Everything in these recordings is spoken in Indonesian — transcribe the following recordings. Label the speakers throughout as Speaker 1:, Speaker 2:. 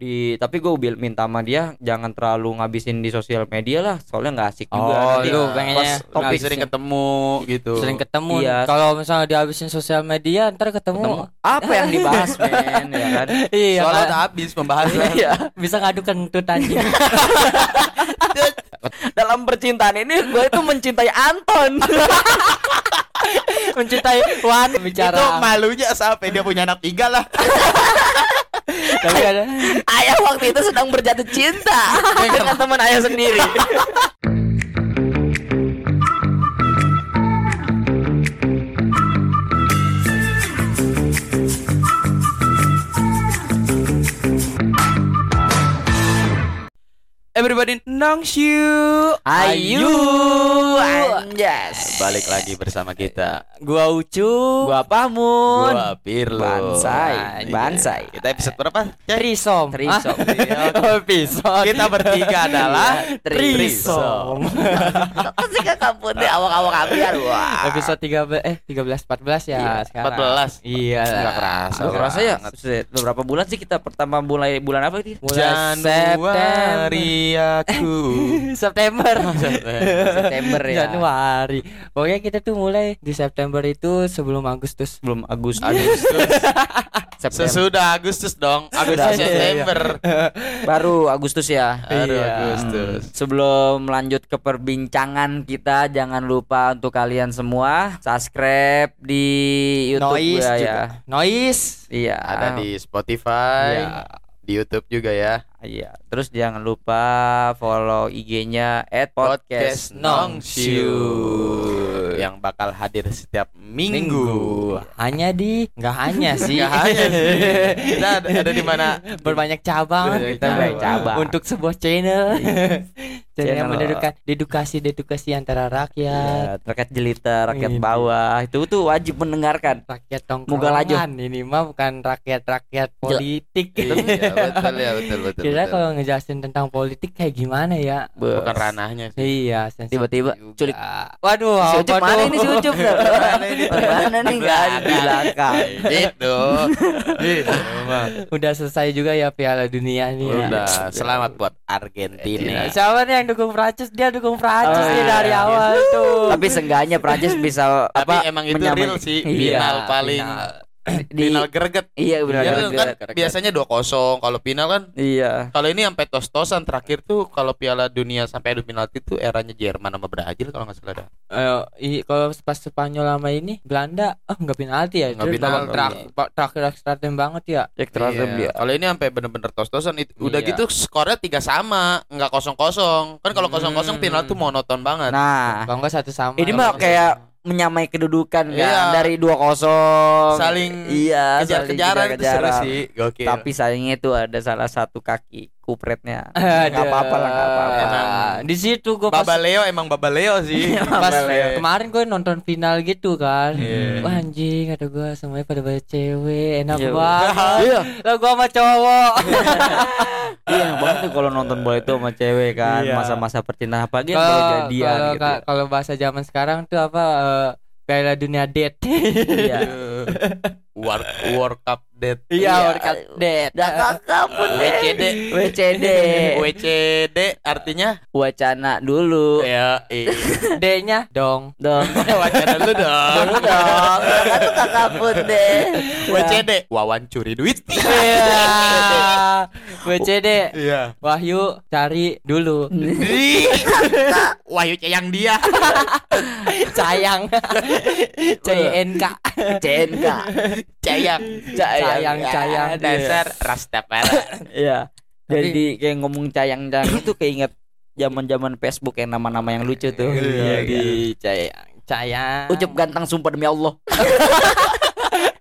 Speaker 1: di tapi gue minta sama dia jangan terlalu ngabisin di sosial media lah soalnya nggak asik juga
Speaker 2: Oh,
Speaker 1: nanti
Speaker 2: lu
Speaker 1: pas
Speaker 2: pengennya
Speaker 1: topik
Speaker 2: ngabisin.
Speaker 1: sering
Speaker 2: sering
Speaker 1: ketemu
Speaker 3: ketemu gitu
Speaker 2: sering ketemu
Speaker 1: Iya.
Speaker 2: kalau misalnya dihabisin sosial media ntar ketemu,
Speaker 1: apa yang dibahas men ya kan
Speaker 2: iya
Speaker 3: soalnya
Speaker 2: Pak.
Speaker 3: udah habis pembahasan
Speaker 1: Iya.
Speaker 2: bisa ngadu kentut anjing
Speaker 1: dalam percintaan ini gue itu mencintai Anton
Speaker 2: mencintai
Speaker 3: itu
Speaker 2: Wan bicara
Speaker 3: malunya sampai dia punya anak tiga lah
Speaker 2: tapi ada
Speaker 1: ayah waktu itu sedang berjatuh cinta dengan teman ayah sendiri
Speaker 3: everybody knows you
Speaker 1: ayu anjas
Speaker 3: balik lagi bersama kita
Speaker 2: gua ucu
Speaker 1: gua pamun
Speaker 3: gua Pirlo
Speaker 1: Bansai,
Speaker 3: Anjing.
Speaker 1: bansai. Iya.
Speaker 3: kita episode berapa Cek.
Speaker 2: trisom
Speaker 1: Trisom.
Speaker 2: Ah.
Speaker 1: Oh,
Speaker 2: trisom
Speaker 3: kita
Speaker 1: iya.
Speaker 3: bertiga adalah
Speaker 2: trisom
Speaker 1: sih kampung deh awak-awak ambiar wah
Speaker 2: episode 13 eh 13 14 ya
Speaker 1: Iya,
Speaker 2: sekarang
Speaker 3: 14.
Speaker 2: iya
Speaker 3: Nggak kerasa.
Speaker 1: Lu kerasa ya
Speaker 3: banget.
Speaker 1: Buset, beberapa bulan sih kita pertama mulai bulan apa sih
Speaker 2: mulai
Speaker 3: Januari aku
Speaker 1: Eh.
Speaker 2: September
Speaker 1: September ya
Speaker 2: Januari pokoknya kita tuh mulai di September itu sebelum Agustus
Speaker 1: belum Agustus
Speaker 3: Agustus
Speaker 1: September
Speaker 3: sesudah Agustus dong Agustus
Speaker 2: Iya, iya, iya.
Speaker 3: September
Speaker 1: baru Agustus ya Hmm.
Speaker 3: Aduh
Speaker 2: Iya.
Speaker 3: Agustus
Speaker 1: Sebelum lanjut ke perbincangan kita, jangan lupa untuk kalian semua subscribe di YouTube
Speaker 2: noise
Speaker 1: gua
Speaker 2: juga.
Speaker 1: ya.
Speaker 2: noise
Speaker 1: Iya.
Speaker 3: ada di Spotify
Speaker 2: Iya.
Speaker 3: di YouTube juga ya
Speaker 1: Iya. Terus jangan lupa follow IG-nya
Speaker 3: podcast Nongsiu
Speaker 2: Nongsiu.
Speaker 3: yang bakal hadir setiap
Speaker 2: minggu
Speaker 3: minggu.
Speaker 2: hanya di nggak hanya sih
Speaker 3: Nggak hanya sih. Kita ada, ada di mana?
Speaker 2: berbanyak cabang
Speaker 3: Berbanyak
Speaker 2: kita
Speaker 1: cabang.
Speaker 2: cabang untuk sebuah channel channel yang
Speaker 1: Channel.
Speaker 2: mendedukkan dedukasi dedukasi antara rakyat
Speaker 1: Ya, rakyat jelita, rakyat
Speaker 2: Ini.
Speaker 1: bawah. Itu tuh wajib mendengarkan.
Speaker 2: rakyat
Speaker 1: Moga Kan? laju.
Speaker 2: tongkrongan ini mah bukan rakyat rakyat politik
Speaker 3: Iya, betul ya, betul betul.
Speaker 2: kira
Speaker 3: betul.
Speaker 2: kalau ngejelasin tentang politik kayak gimana ya
Speaker 1: Bes.
Speaker 3: bukan ranahnya sih.
Speaker 2: iya sensitif
Speaker 1: Tiba-tiba
Speaker 2: juga. Oh,
Speaker 1: culik.
Speaker 2: waduh
Speaker 1: Si
Speaker 2: apa
Speaker 1: Ucup mana
Speaker 2: tuh?
Speaker 1: ini si Ucup? Mana ini? Mana nih enggak ada di belakang.
Speaker 3: Gitu. Gitu, Bang.
Speaker 2: udah selesai juga ya Piala Dunia nih ya.
Speaker 3: Udah, selamat buat
Speaker 2: Iya.
Speaker 3: Argentina.
Speaker 2: Siapa nih yang dukung Prancis? Dia dukung Prancis
Speaker 1: Oh,
Speaker 2: nih
Speaker 1: iya.
Speaker 2: dari awal tuh.
Speaker 1: Tapi seenggaknya Prancis bisa
Speaker 3: Tapi
Speaker 1: apa
Speaker 3: emang itu
Speaker 1: menyamai-
Speaker 3: real sih,
Speaker 1: Iya.
Speaker 3: final paling
Speaker 2: final.
Speaker 1: di
Speaker 3: final greget.
Speaker 1: Iya benar.
Speaker 3: Iya,
Speaker 1: benar, benar.
Speaker 3: kan biasanya 2-0 kalau final kan
Speaker 1: Iya.
Speaker 3: kalau ini sampai tos-tosan terakhir tuh kalau Piala Dunia sampai adu penalti tuh eranya Jerman sama Brazil kalau nggak salah dah.
Speaker 2: Eh, i- kalau pas Spanyol lama ini Belanda ah nggak penalti ya.
Speaker 3: Nggak
Speaker 2: Terus babak
Speaker 3: penalti.
Speaker 2: terak- ba- terakhir extra time banget ya.
Speaker 1: Cek terakhir
Speaker 3: Iya.
Speaker 1: dia.
Speaker 3: Kalau ini sampai bener-bener tos-tosan itu udah
Speaker 2: Iya.
Speaker 3: gitu skornya tiga sama, nggak kosong-kosong. Kan kalau
Speaker 2: Hmm.
Speaker 3: kosong-kosong final tuh monoton banget.
Speaker 1: Nah,
Speaker 2: Kalau nggak satu sama.
Speaker 1: Ini mah kayak menyamai kedudukan kan
Speaker 3: Iya.
Speaker 1: dari 2-0.
Speaker 3: Saling
Speaker 1: iya, saling
Speaker 3: Kejar-kejaran itu seru
Speaker 1: kejar-kejaran.
Speaker 3: sih. Gokil.
Speaker 1: Tapi sayangnya itu ada salah satu kaki kupretnya.
Speaker 2: Aduh.
Speaker 1: Nggak apa-apa lah, nggak apa-apa.
Speaker 2: Emang. Di situ gue pas,
Speaker 3: Babaleo emang Babaleo sih.
Speaker 2: pas
Speaker 3: Babaleo.
Speaker 2: kemarin gue nonton final gitu kan.
Speaker 3: Iya.
Speaker 2: Wah anjing ada gue semuanya pada banyak cewek enak
Speaker 1: Iya.
Speaker 2: banget.
Speaker 1: Iya.
Speaker 2: Lah gue sama cowok.
Speaker 1: Iya, enak banget tuh kalau nonton bola itu sama cewek kan,
Speaker 2: Iya.
Speaker 1: masa-masa percintaan apalagi yang baru
Speaker 2: Kalau
Speaker 1: jadian
Speaker 2: kalau
Speaker 1: gitu.
Speaker 2: ka- kalau bahasa zaman sekarang tuh apa? eh, Piala Dunia Date.
Speaker 1: Iya.
Speaker 3: World World Cup dead.
Speaker 2: Iya,
Speaker 1: Iya.
Speaker 2: workout dead.
Speaker 1: Dan kakak pun deh.
Speaker 3: WCD.
Speaker 1: WCD.
Speaker 3: WCD artinya
Speaker 1: Wacana dulu.
Speaker 3: ya iya.
Speaker 2: D-nya dong.
Speaker 1: Dong.
Speaker 3: wacana lu dong.
Speaker 1: Dulu dong. Iya. Kakak tuh kakak pun deh.
Speaker 3: WCD wawan curi duit.
Speaker 2: Iya. WCD
Speaker 3: Iya.
Speaker 2: Wahyu cari dulu.
Speaker 3: Di- Wahyu yang dia.
Speaker 2: Sayang. CNK.
Speaker 1: CNK.
Speaker 3: Cayang.
Speaker 2: Sayang, sayang.
Speaker 3: Dasar Rastafari.
Speaker 1: Iya.
Speaker 2: Tapi-
Speaker 1: Jadi kayak ngomong cayang-cayang itu keinget zaman-zaman Facebook yang nama-nama yang lucu tuh.
Speaker 3: Iya,
Speaker 1: Jadi,
Speaker 2: sayang. Sayang.
Speaker 1: Ucup ganteng sumpah demi Allah.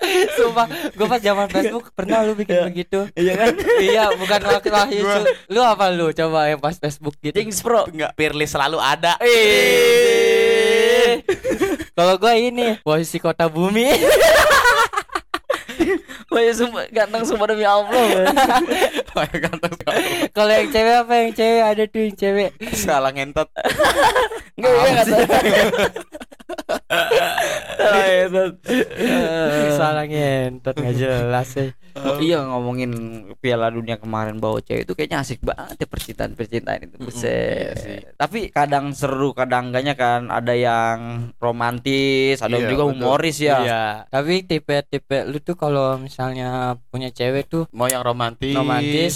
Speaker 2: sumpah. Gue pas zaman Facebook pernah lu bikin begitu. Iya kan? iya, bukan waktu Wahyu. cu. Lu apa lu? Coba yang pas Facebook gitu.
Speaker 1: Jinx Pro.
Speaker 3: Enggak, Pirli selalu ada.
Speaker 2: Ih. Kalau gue ini posisi kota bumi.
Speaker 1: Wah, ya sumpah ganteng sumpah demi Allah.
Speaker 3: Wah, ganteng banget.
Speaker 2: Kalau yang cewek apa yang cewek ada tuh yang cewek.
Speaker 3: Salah ngentot.
Speaker 1: Enggak, enggak, enggak.
Speaker 2: Salah ngentot nggak jelas sih.
Speaker 3: Eh,
Speaker 1: Oh, iya ngomongin Piala Dunia kemarin bawa cewek itu kayaknya asik banget ya percintaan percintaan itu buset.
Speaker 3: iya sih.
Speaker 1: Tapi kadang seru kadang enggaknya kan ada yang romantis, ada
Speaker 3: Iya,
Speaker 1: juga
Speaker 3: betul.
Speaker 1: humoris ya.
Speaker 2: Iya. Tapi tipe-tipe lu tuh kalau misalnya punya cewek tuh
Speaker 3: mau yang romantis,
Speaker 2: romantis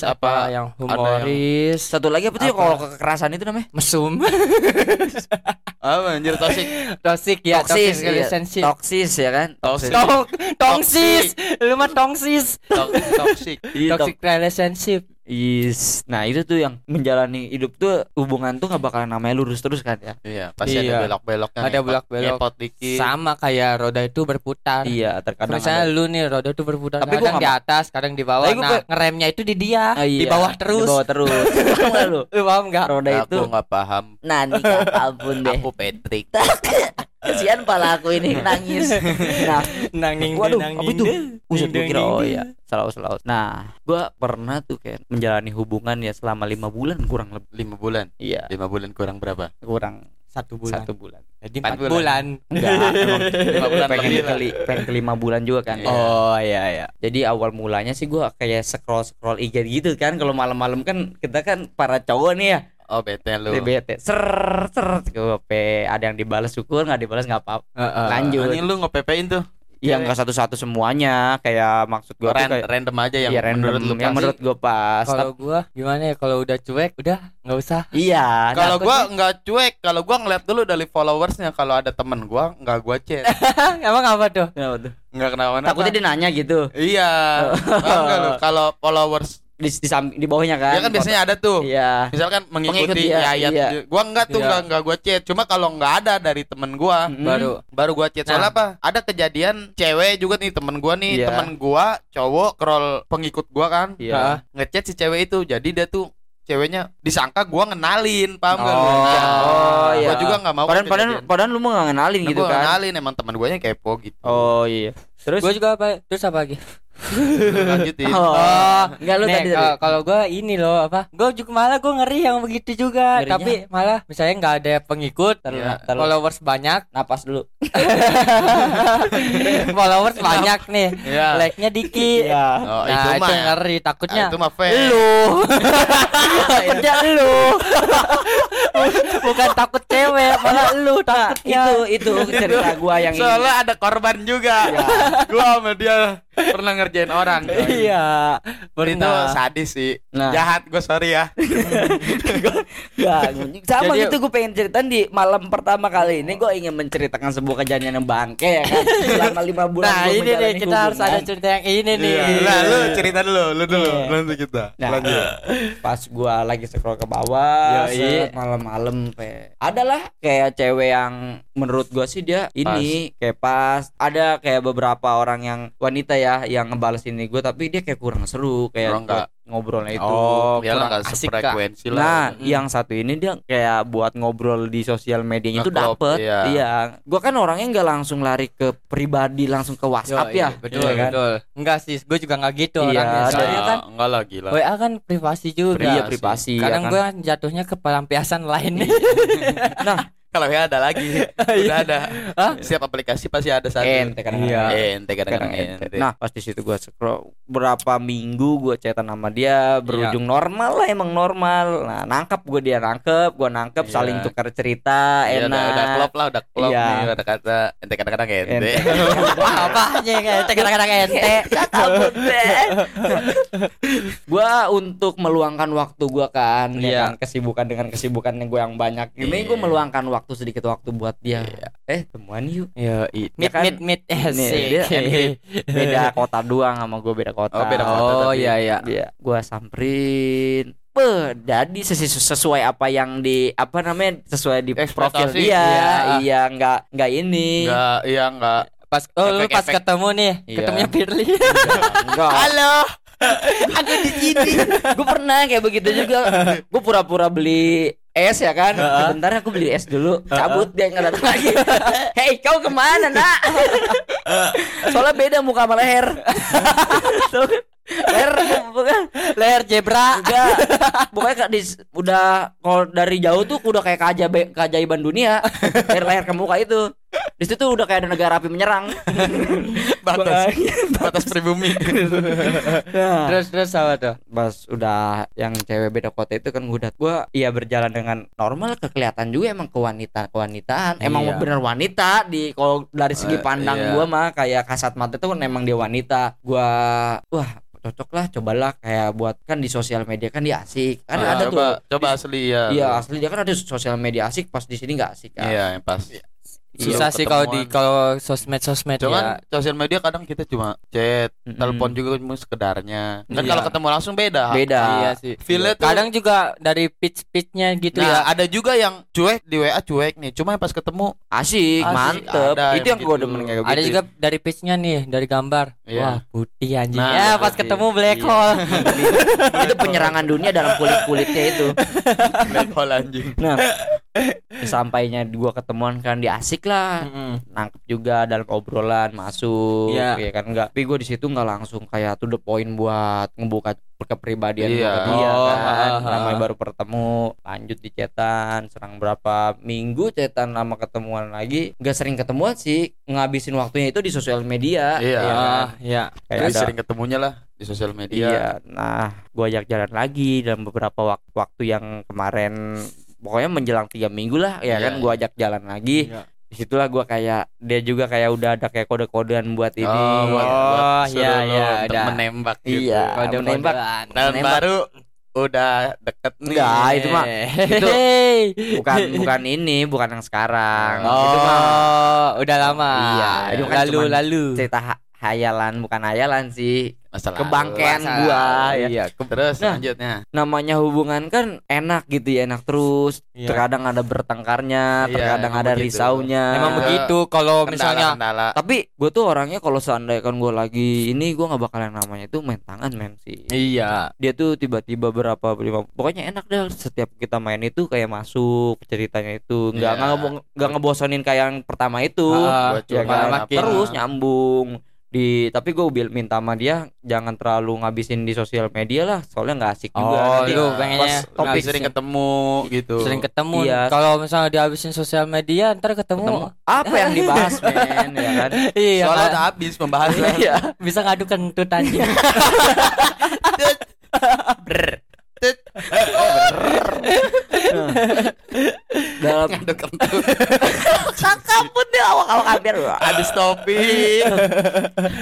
Speaker 1: ya?
Speaker 2: apa, yang humoris,
Speaker 1: Satu lagi apa tuh ya
Speaker 2: Apa?
Speaker 1: kalau kekerasan itu namanya?
Speaker 2: mesum,
Speaker 3: apa Ah, anjir toxic
Speaker 2: toxic ya, toxic,
Speaker 1: iya.
Speaker 2: relationship.
Speaker 1: Toksis ya kan?
Speaker 3: Toxic.
Speaker 2: Tong, tongsis, lu mah tongsis,
Speaker 3: toxic toxic
Speaker 1: Iya,
Speaker 2: toxic relationship.
Speaker 1: Is. Nah, itu tuh yang menjalani hidup tuh hubungan tuh nggak bakalan namanya lurus terus kan ya.
Speaker 3: iya pasti
Speaker 2: Iya.
Speaker 3: ada belok-beloknya
Speaker 2: Ada
Speaker 3: ngepot-
Speaker 2: belok-belok.
Speaker 3: ngepot dikit
Speaker 2: Sama kayak roda itu berputar.
Speaker 1: Iya, terkadang
Speaker 2: Misalnya
Speaker 1: ada-
Speaker 2: lu nih roda tuh berputar
Speaker 1: Tapi gua
Speaker 2: kadang di
Speaker 1: nggak-
Speaker 2: atas, kadang di bawah.
Speaker 1: Tapi gua
Speaker 2: Nah, ngeremnya itu di dia,
Speaker 1: Ah, iya,
Speaker 2: di bawah terus.
Speaker 1: Di bawah terus. Paham nggak lu?
Speaker 2: Lu paham enggak?
Speaker 1: Roda itu
Speaker 3: aku nggak paham
Speaker 1: Nah, nih ya ampun deh.
Speaker 3: aku Patrick
Speaker 1: Kasihan pala aku ini nangis. Nah,
Speaker 2: Nanging
Speaker 1: waduh,
Speaker 2: nanging
Speaker 1: apa itu?
Speaker 2: deh.
Speaker 1: Buset, gua
Speaker 2: Ding,
Speaker 1: kira
Speaker 2: ding,
Speaker 1: oh
Speaker 2: ding.
Speaker 1: ya, selaus selaus. Nah, gua pernah tuh kayak menjalani hubungan ya selama lima bulan kurang lebih.
Speaker 3: lima bulan
Speaker 1: Iya,
Speaker 3: lima bulan kurang berapa
Speaker 1: kurang
Speaker 2: Satu bulan.
Speaker 1: satu bulan.
Speaker 2: Jadi
Speaker 3: Empat
Speaker 2: empat bulan.
Speaker 1: Enggak, emang
Speaker 3: Lima bulan
Speaker 1: pengen
Speaker 3: lebih
Speaker 1: ke, pengen ke lima bulan juga kan.
Speaker 3: Iya.
Speaker 2: Oh iya iya.
Speaker 1: Jadi awal mulanya sih gua kayak scroll scroll IG gitu kan kalau malam-malam kan kita kan para cowok nih ya
Speaker 3: oh bete lu
Speaker 1: TBT ser ser gope ada yang dibalas syukur nggak dibalas nggak apa-apa lanjut
Speaker 3: Anjing lu ngepepein tuh
Speaker 1: yang Iya, nggak satu-satu semuanya kayak maksud gua tuh
Speaker 3: Ran-
Speaker 1: kayak
Speaker 3: random aja yang
Speaker 1: ya random
Speaker 3: menurut lu
Speaker 1: yang
Speaker 3: pasti.
Speaker 1: menurut gua pas
Speaker 2: Kalau gua gimana ya kalau udah cuek udah nggak usah.
Speaker 1: Iya.
Speaker 3: kalau
Speaker 1: nah,
Speaker 3: gua nggak cuek kalau gua ngeliat dulu dari followersnya kalau ada temen gua nggak gua chat
Speaker 2: Hah, Ah, Emang apa tuh?
Speaker 1: Kenapa tuh?
Speaker 3: nggak kenapa-napa
Speaker 1: takutnya dia nanya gitu
Speaker 3: iya Paham nggak lu? kalau followers
Speaker 1: di di, sam- di bawahnya kan.
Speaker 3: ya kan biasanya ada tuh
Speaker 1: Iya.
Speaker 3: misalkan mengikuti
Speaker 1: Mengikuti, iya,
Speaker 3: ayat
Speaker 1: iya. Hmm.
Speaker 3: gua enggak tuh
Speaker 2: Iya.
Speaker 3: enggak enggak gua chat cuma kalau enggak ada dari temen gua
Speaker 1: Mm-mm.
Speaker 3: Iya, baru baru gua chat soalnya apa ada kejadian cewek juga nih temen gua nih
Speaker 1: Nah. Iya.
Speaker 3: temen gua cowok kroll pengikut gua kan
Speaker 1: Iya.
Speaker 2: Ah,
Speaker 3: Nah, ngechat si cewek itu jadi dia tuh ceweknya disangka gua ngenalin paham nggak lu?
Speaker 1: Oh,
Speaker 3: Iya.
Speaker 1: oh, iya.
Speaker 3: gua juga enggak mau
Speaker 1: Padahal padahal
Speaker 3: kejadian.
Speaker 1: padahal lu mau nggak ngenalin
Speaker 3: Nah,
Speaker 1: gitu
Speaker 3: gua
Speaker 1: kan.
Speaker 3: ngenalin emang temen guanya kepo gitu
Speaker 1: Oh iya. Terus
Speaker 2: Gua juga apa? Terus apa lagi?
Speaker 3: lanjutin
Speaker 1: Oh.
Speaker 2: Oh,
Speaker 1: Enggak lu
Speaker 2: Nih,
Speaker 1: tadi
Speaker 2: kalau- kalau gua ini loh apa? Gua juga malah gua ngeri yang begitu juga,
Speaker 1: Ngerinya?
Speaker 2: tapi malah misalnya nggak ada pengikut,
Speaker 1: Taruh,
Speaker 3: Iya.
Speaker 1: taruh.
Speaker 2: followers banyak,
Speaker 1: napas dulu.
Speaker 2: followers banyak nih,
Speaker 3: Iya.
Speaker 2: like-nya dikit.
Speaker 1: Iya.
Speaker 3: Oh,
Speaker 2: Nah,
Speaker 3: itu
Speaker 2: itu,
Speaker 3: mah
Speaker 2: ngeri
Speaker 3: Ah,
Speaker 2: takutnya.
Speaker 3: itu mah fake
Speaker 2: lu. takutnya lu. Bukan takut cewek, malah lu takutnya.
Speaker 1: Itu itu cerita gua yang ini. Iya.
Speaker 3: Soalnya ada korban juga. gua sama dia pernah ngerjain orang.
Speaker 2: iya.
Speaker 3: Itu
Speaker 2: Pernah.
Speaker 3: sadis sih.
Speaker 1: Nah.
Speaker 3: Jahat gua sorry ya.
Speaker 1: Ya, sama
Speaker 2: Jadi-
Speaker 1: gitu gue pengen cerita di malam pertama kali ini gue ingin menceritakan sebuah kejadian yang bangke ya kan selama lima bulan
Speaker 2: Nah,
Speaker 1: gua
Speaker 2: ini nih
Speaker 1: menjalani
Speaker 2: kita harus ada
Speaker 1: hubungan.
Speaker 2: cerita yang ini nih.
Speaker 3: Iya. Lah lu cerita dulu, lu dulu,
Speaker 1: Iya.
Speaker 3: nanti kita.
Speaker 1: Nah,
Speaker 3: Lanjut.
Speaker 1: pas gua lagi scroll ke bawah,
Speaker 2: Yoi.
Speaker 1: set, malam-malam, pe. Adalah kayak cewek yang menurut gua sih dia ini kayak pas. Ada kayak beberapa orang yang wanita ya yang ngebales ini gua tapi dia kayak kurang seru kayak
Speaker 3: Kurang nggak?
Speaker 1: ngobrolnya itu.
Speaker 2: Oh,
Speaker 3: ya lah
Speaker 2: kurang
Speaker 3: enggak
Speaker 2: asik, Kak.
Speaker 3: sefrekuensi lah.
Speaker 1: Nah,
Speaker 2: Mm.
Speaker 1: yang satu ini dia kayak buat ngobrol di sosial medianya itu
Speaker 3: Ngeklop,
Speaker 1: dapet.
Speaker 3: iya.
Speaker 1: Iya. Gua kan orangnya nggak langsung lari ke pribadi, langsung ke WhatsApp
Speaker 2: Yoi,
Speaker 1: ya.
Speaker 2: Betul,
Speaker 1: Iya kan?
Speaker 2: betul. Enggak sih, gue juga enggak gitu
Speaker 1: Iya,
Speaker 2: orangnya.
Speaker 1: ada.
Speaker 2: Soalnya kan
Speaker 3: Nah, enggak lah gila.
Speaker 2: WA kan privasi juga.
Speaker 1: Iya,
Speaker 3: sih.
Speaker 1: privasi. ya
Speaker 2: Kadang
Speaker 1: kan?
Speaker 2: gue jatuhnya ke pelampiasan lain.
Speaker 1: nah,
Speaker 3: Kalau ya ada lagi. Udah ada. Siap aplikasi pasti ada satu.
Speaker 1: ente kadang-kadang.
Speaker 2: Iya.
Speaker 3: Ente
Speaker 1: Kadang
Speaker 3: kadang-kadang
Speaker 1: ente.
Speaker 3: ente.
Speaker 1: Nah, pas di situ gua scroll berapa minggu gua chatan sama dia berujung
Speaker 3: Iya.
Speaker 1: normal lah emang normal. Nah, nangkep gua dia nangkep, gua nangkep
Speaker 3: Iya.
Speaker 1: saling tukar cerita,
Speaker 3: Iya,
Speaker 1: enak.
Speaker 3: udah, udah klop lah, udah klop
Speaker 1: Iya.
Speaker 3: nih kata-kata ente kadang-kadang ente.
Speaker 1: Ente.
Speaker 2: Wah, apa aja yang
Speaker 1: Iya,
Speaker 2: ente kadang-kadang ente.
Speaker 1: Ampun, Beh. gua untuk meluangkan waktu gua kan, ya
Speaker 2: Iya.
Speaker 1: kan, kesibukan dengan kesibukan yang gua yang banyak. Ini
Speaker 3: Iya.
Speaker 1: gua meluangkan waktu sedikit waktu buat dia. Eh, temuan yuk.
Speaker 2: Yo,
Speaker 1: Ya
Speaker 2: mit
Speaker 1: kan?
Speaker 2: mit mit eh,
Speaker 1: Nih,
Speaker 2: sih.
Speaker 1: dia MG. Beda kota doang sama gua beda kota.
Speaker 3: Oh, beda kota
Speaker 2: Oh
Speaker 3: tapi.
Speaker 2: iya iya.
Speaker 1: Iya, gua samperin. Beh, jadi sesu- sesuai apa yang di apa namanya sesuai di profil
Speaker 3: Ekspektasi.
Speaker 1: dia.
Speaker 2: Iya.
Speaker 1: Iya, nggak nggak ini.
Speaker 3: Enggak, iya enggak.
Speaker 2: Pas oh lu pas
Speaker 3: Efek-efek.
Speaker 2: ketemu nih,
Speaker 1: Iya.
Speaker 2: ketemunya Firly.
Speaker 1: Enggak.
Speaker 3: Halo.
Speaker 1: Aku di sini. gue pernah kayak begitu juga. Gue pura-pura beli es ya kan. Bentar aku beli es dulu. Cabut dia nggak datang lagi. Hei kau kemana nak? Soalnya beda muka sama leher. Tau kan? leher bukan
Speaker 2: Leher zebra.
Speaker 1: enggak pokoknya kak dis udah kalau dari jauh tuh udah kayak keaja keajaiban dunia leher leher ke muka itu Di situ udah kayak ada negara api menyerang.
Speaker 3: batas batas pribumi
Speaker 1: Nah,
Speaker 2: Terus terus apa tuh?
Speaker 1: pas udah yang cewek beda kota itu kan udah gua iya berjalan dengan normal kekelihatan juga emang kewanita kewanitaan emang
Speaker 2: Iya.
Speaker 1: bener wanita di kalau dari segi
Speaker 3: Eh,
Speaker 1: pandang
Speaker 3: iya.
Speaker 1: gua mah kayak kasat mata tuh kan emang dia wanita gua wah cocok lah cobalah kayak buat kan di sosial media kan dia asik kan
Speaker 3: Ya,
Speaker 1: ada
Speaker 3: coba,
Speaker 1: tuh
Speaker 3: coba asli ya
Speaker 1: iya asli dia kan ada sosial media asik pas di sini nggak asik kan
Speaker 3: iya yang pas
Speaker 2: Susah
Speaker 3: Iya,
Speaker 2: sih kalau
Speaker 3: ketemuan.
Speaker 2: di kalau sosmed sosmed
Speaker 3: Cuman
Speaker 2: ya.
Speaker 3: sosial media kadang kita cuma chat,
Speaker 1: Mm-mm.
Speaker 3: telepon juga cuma sekedarnya. Kan
Speaker 2: Iya.
Speaker 3: kalau ketemu langsung beda.
Speaker 1: Hmm. beda
Speaker 2: Iya sih.
Speaker 3: Feel-nya tuh
Speaker 2: Kadang juga dari pitch pitchnya gitu
Speaker 1: Iya.
Speaker 3: Nah,
Speaker 2: ya.
Speaker 3: ada juga yang cuek di WA cuek nih, cuma pas ketemu
Speaker 1: asik,
Speaker 3: Asik,
Speaker 1: mantep
Speaker 3: ada
Speaker 1: itu yang
Speaker 3: yang
Speaker 1: gua
Speaker 3: gitu.
Speaker 1: demen kayak ya?
Speaker 2: Ada
Speaker 1: begitu.
Speaker 2: juga dari pitchnya nih dari gambar.
Speaker 3: Iya.
Speaker 2: Wah putih anjing.
Speaker 3: Nah,
Speaker 2: ya pas
Speaker 3: putih.
Speaker 2: ketemu black
Speaker 3: Iya.
Speaker 2: hole.
Speaker 1: itu penyerangan dunia dalam kulit kulitnya itu
Speaker 3: black hole anjing.
Speaker 1: Nah, sampainya gua ketemuan kan di asik lah,
Speaker 2: Mm-mm.
Speaker 1: nangkep juga dalam obrolan masuk,
Speaker 2: Iya.
Speaker 1: ya kan enggak. Tapi gua di situ nggak langsung kayak to the point buat ngebuka kepribadian
Speaker 3: Iya.
Speaker 1: gua ke dia
Speaker 2: Oh,
Speaker 1: kan.
Speaker 2: ah, ah.
Speaker 1: Namanya baru bertemu, lanjut di cetan, serang berapa minggu cetan lama ketemuan lagi, nggak sering ketemuan sih, ngabisin waktunya itu di sosial media.
Speaker 3: Iya.
Speaker 1: ya kan.
Speaker 2: Ah, ya.
Speaker 1: Kayak
Speaker 3: Terus
Speaker 1: ada
Speaker 3: sering ketemunya lah di sosial
Speaker 1: Iya.
Speaker 3: media.
Speaker 1: Nah, gua ajak jalan lagi dalam beberapa wak- waktu yang kemarin pokoknya menjelang tiga minggu lah ya
Speaker 3: Iya,
Speaker 1: kan gua ajak jalan lagi.
Speaker 2: Iya.
Speaker 1: Disitulah gua kayak dia juga kayak udah ada kayak kode-kodean buat Iya, ini.
Speaker 3: Oh, buat,
Speaker 2: Oh,
Speaker 3: buat suruh
Speaker 2: iya,
Speaker 3: lu
Speaker 2: iya,
Speaker 3: untuk
Speaker 2: udah.
Speaker 3: menembak gitu.
Speaker 1: Iya,
Speaker 2: Kode
Speaker 1: menembak.
Speaker 3: Dan
Speaker 1: menembak.
Speaker 3: baru udah deket nih.
Speaker 1: Enggak, itu mah itu
Speaker 2: Hey.
Speaker 1: bukan bukan ini, bukan yang sekarang.
Speaker 2: Oh,
Speaker 1: Itu mah
Speaker 2: udah lama.
Speaker 1: Iya, itu kan
Speaker 2: lalu
Speaker 1: cuman
Speaker 2: lalu.
Speaker 1: cerita ha- hayalan bukan hayalan sih.
Speaker 3: Masalah.
Speaker 1: Kebangkean
Speaker 2: Masa
Speaker 1: gua
Speaker 2: lalu.
Speaker 1: ya.
Speaker 3: Iya, ke- terus
Speaker 1: Nah.
Speaker 3: selanjutnya.
Speaker 1: Namanya hubungan kan enak gitu ya, enak terus.
Speaker 2: Iya.
Speaker 1: Terkadang ada bertengkarnya,
Speaker 3: Iya,
Speaker 1: terkadang
Speaker 3: emang
Speaker 1: ada
Speaker 3: begitu.
Speaker 1: risaunya.
Speaker 2: Emang
Speaker 3: Nah,
Speaker 2: begitu kalau
Speaker 3: Misalnya
Speaker 2: misalnya
Speaker 3: kendala.
Speaker 1: tapi gue tuh orangnya kalau seandainya kan gue lagi ini gue nggak bakal yang namanya itu main tangan men sih
Speaker 2: Iya.
Speaker 1: dia tuh tiba-tiba berapa lima pokoknya enak deh setiap kita main itu kayak masuk ceritanya itu nggak
Speaker 3: Iya.
Speaker 1: nggak ngebo- nggak ngebosonin kayak yang pertama itu
Speaker 3: Gua
Speaker 2: Ah,
Speaker 1: ya
Speaker 3: cuma
Speaker 1: kan?
Speaker 2: makin- Ah.
Speaker 1: terus nyambung di tapi gue minta sama dia jangan terlalu ngabisin di sosial media lah soalnya nggak asik juga kan
Speaker 2: Oh,
Speaker 1: nanti
Speaker 2: lu
Speaker 3: pas
Speaker 2: pengennya
Speaker 3: topik
Speaker 2: ngabisin.
Speaker 3: sering ketemu gitu.
Speaker 2: sering ketemu.
Speaker 1: Iya.
Speaker 2: Kalau misalnya dihabisin sosial media ntar
Speaker 1: Ketemu.
Speaker 2: ketemu.
Speaker 1: apa yang dibahas men ya kan
Speaker 2: Iya.
Speaker 3: Soalnya
Speaker 2: kan?
Speaker 3: udah habis pembahasan.
Speaker 1: Iya.
Speaker 2: Bisa ngadu kentut anjing.
Speaker 1: dalam
Speaker 3: Aduh, kentut.
Speaker 1: cakap pun dia awak-awak hampir
Speaker 3: Habis topik.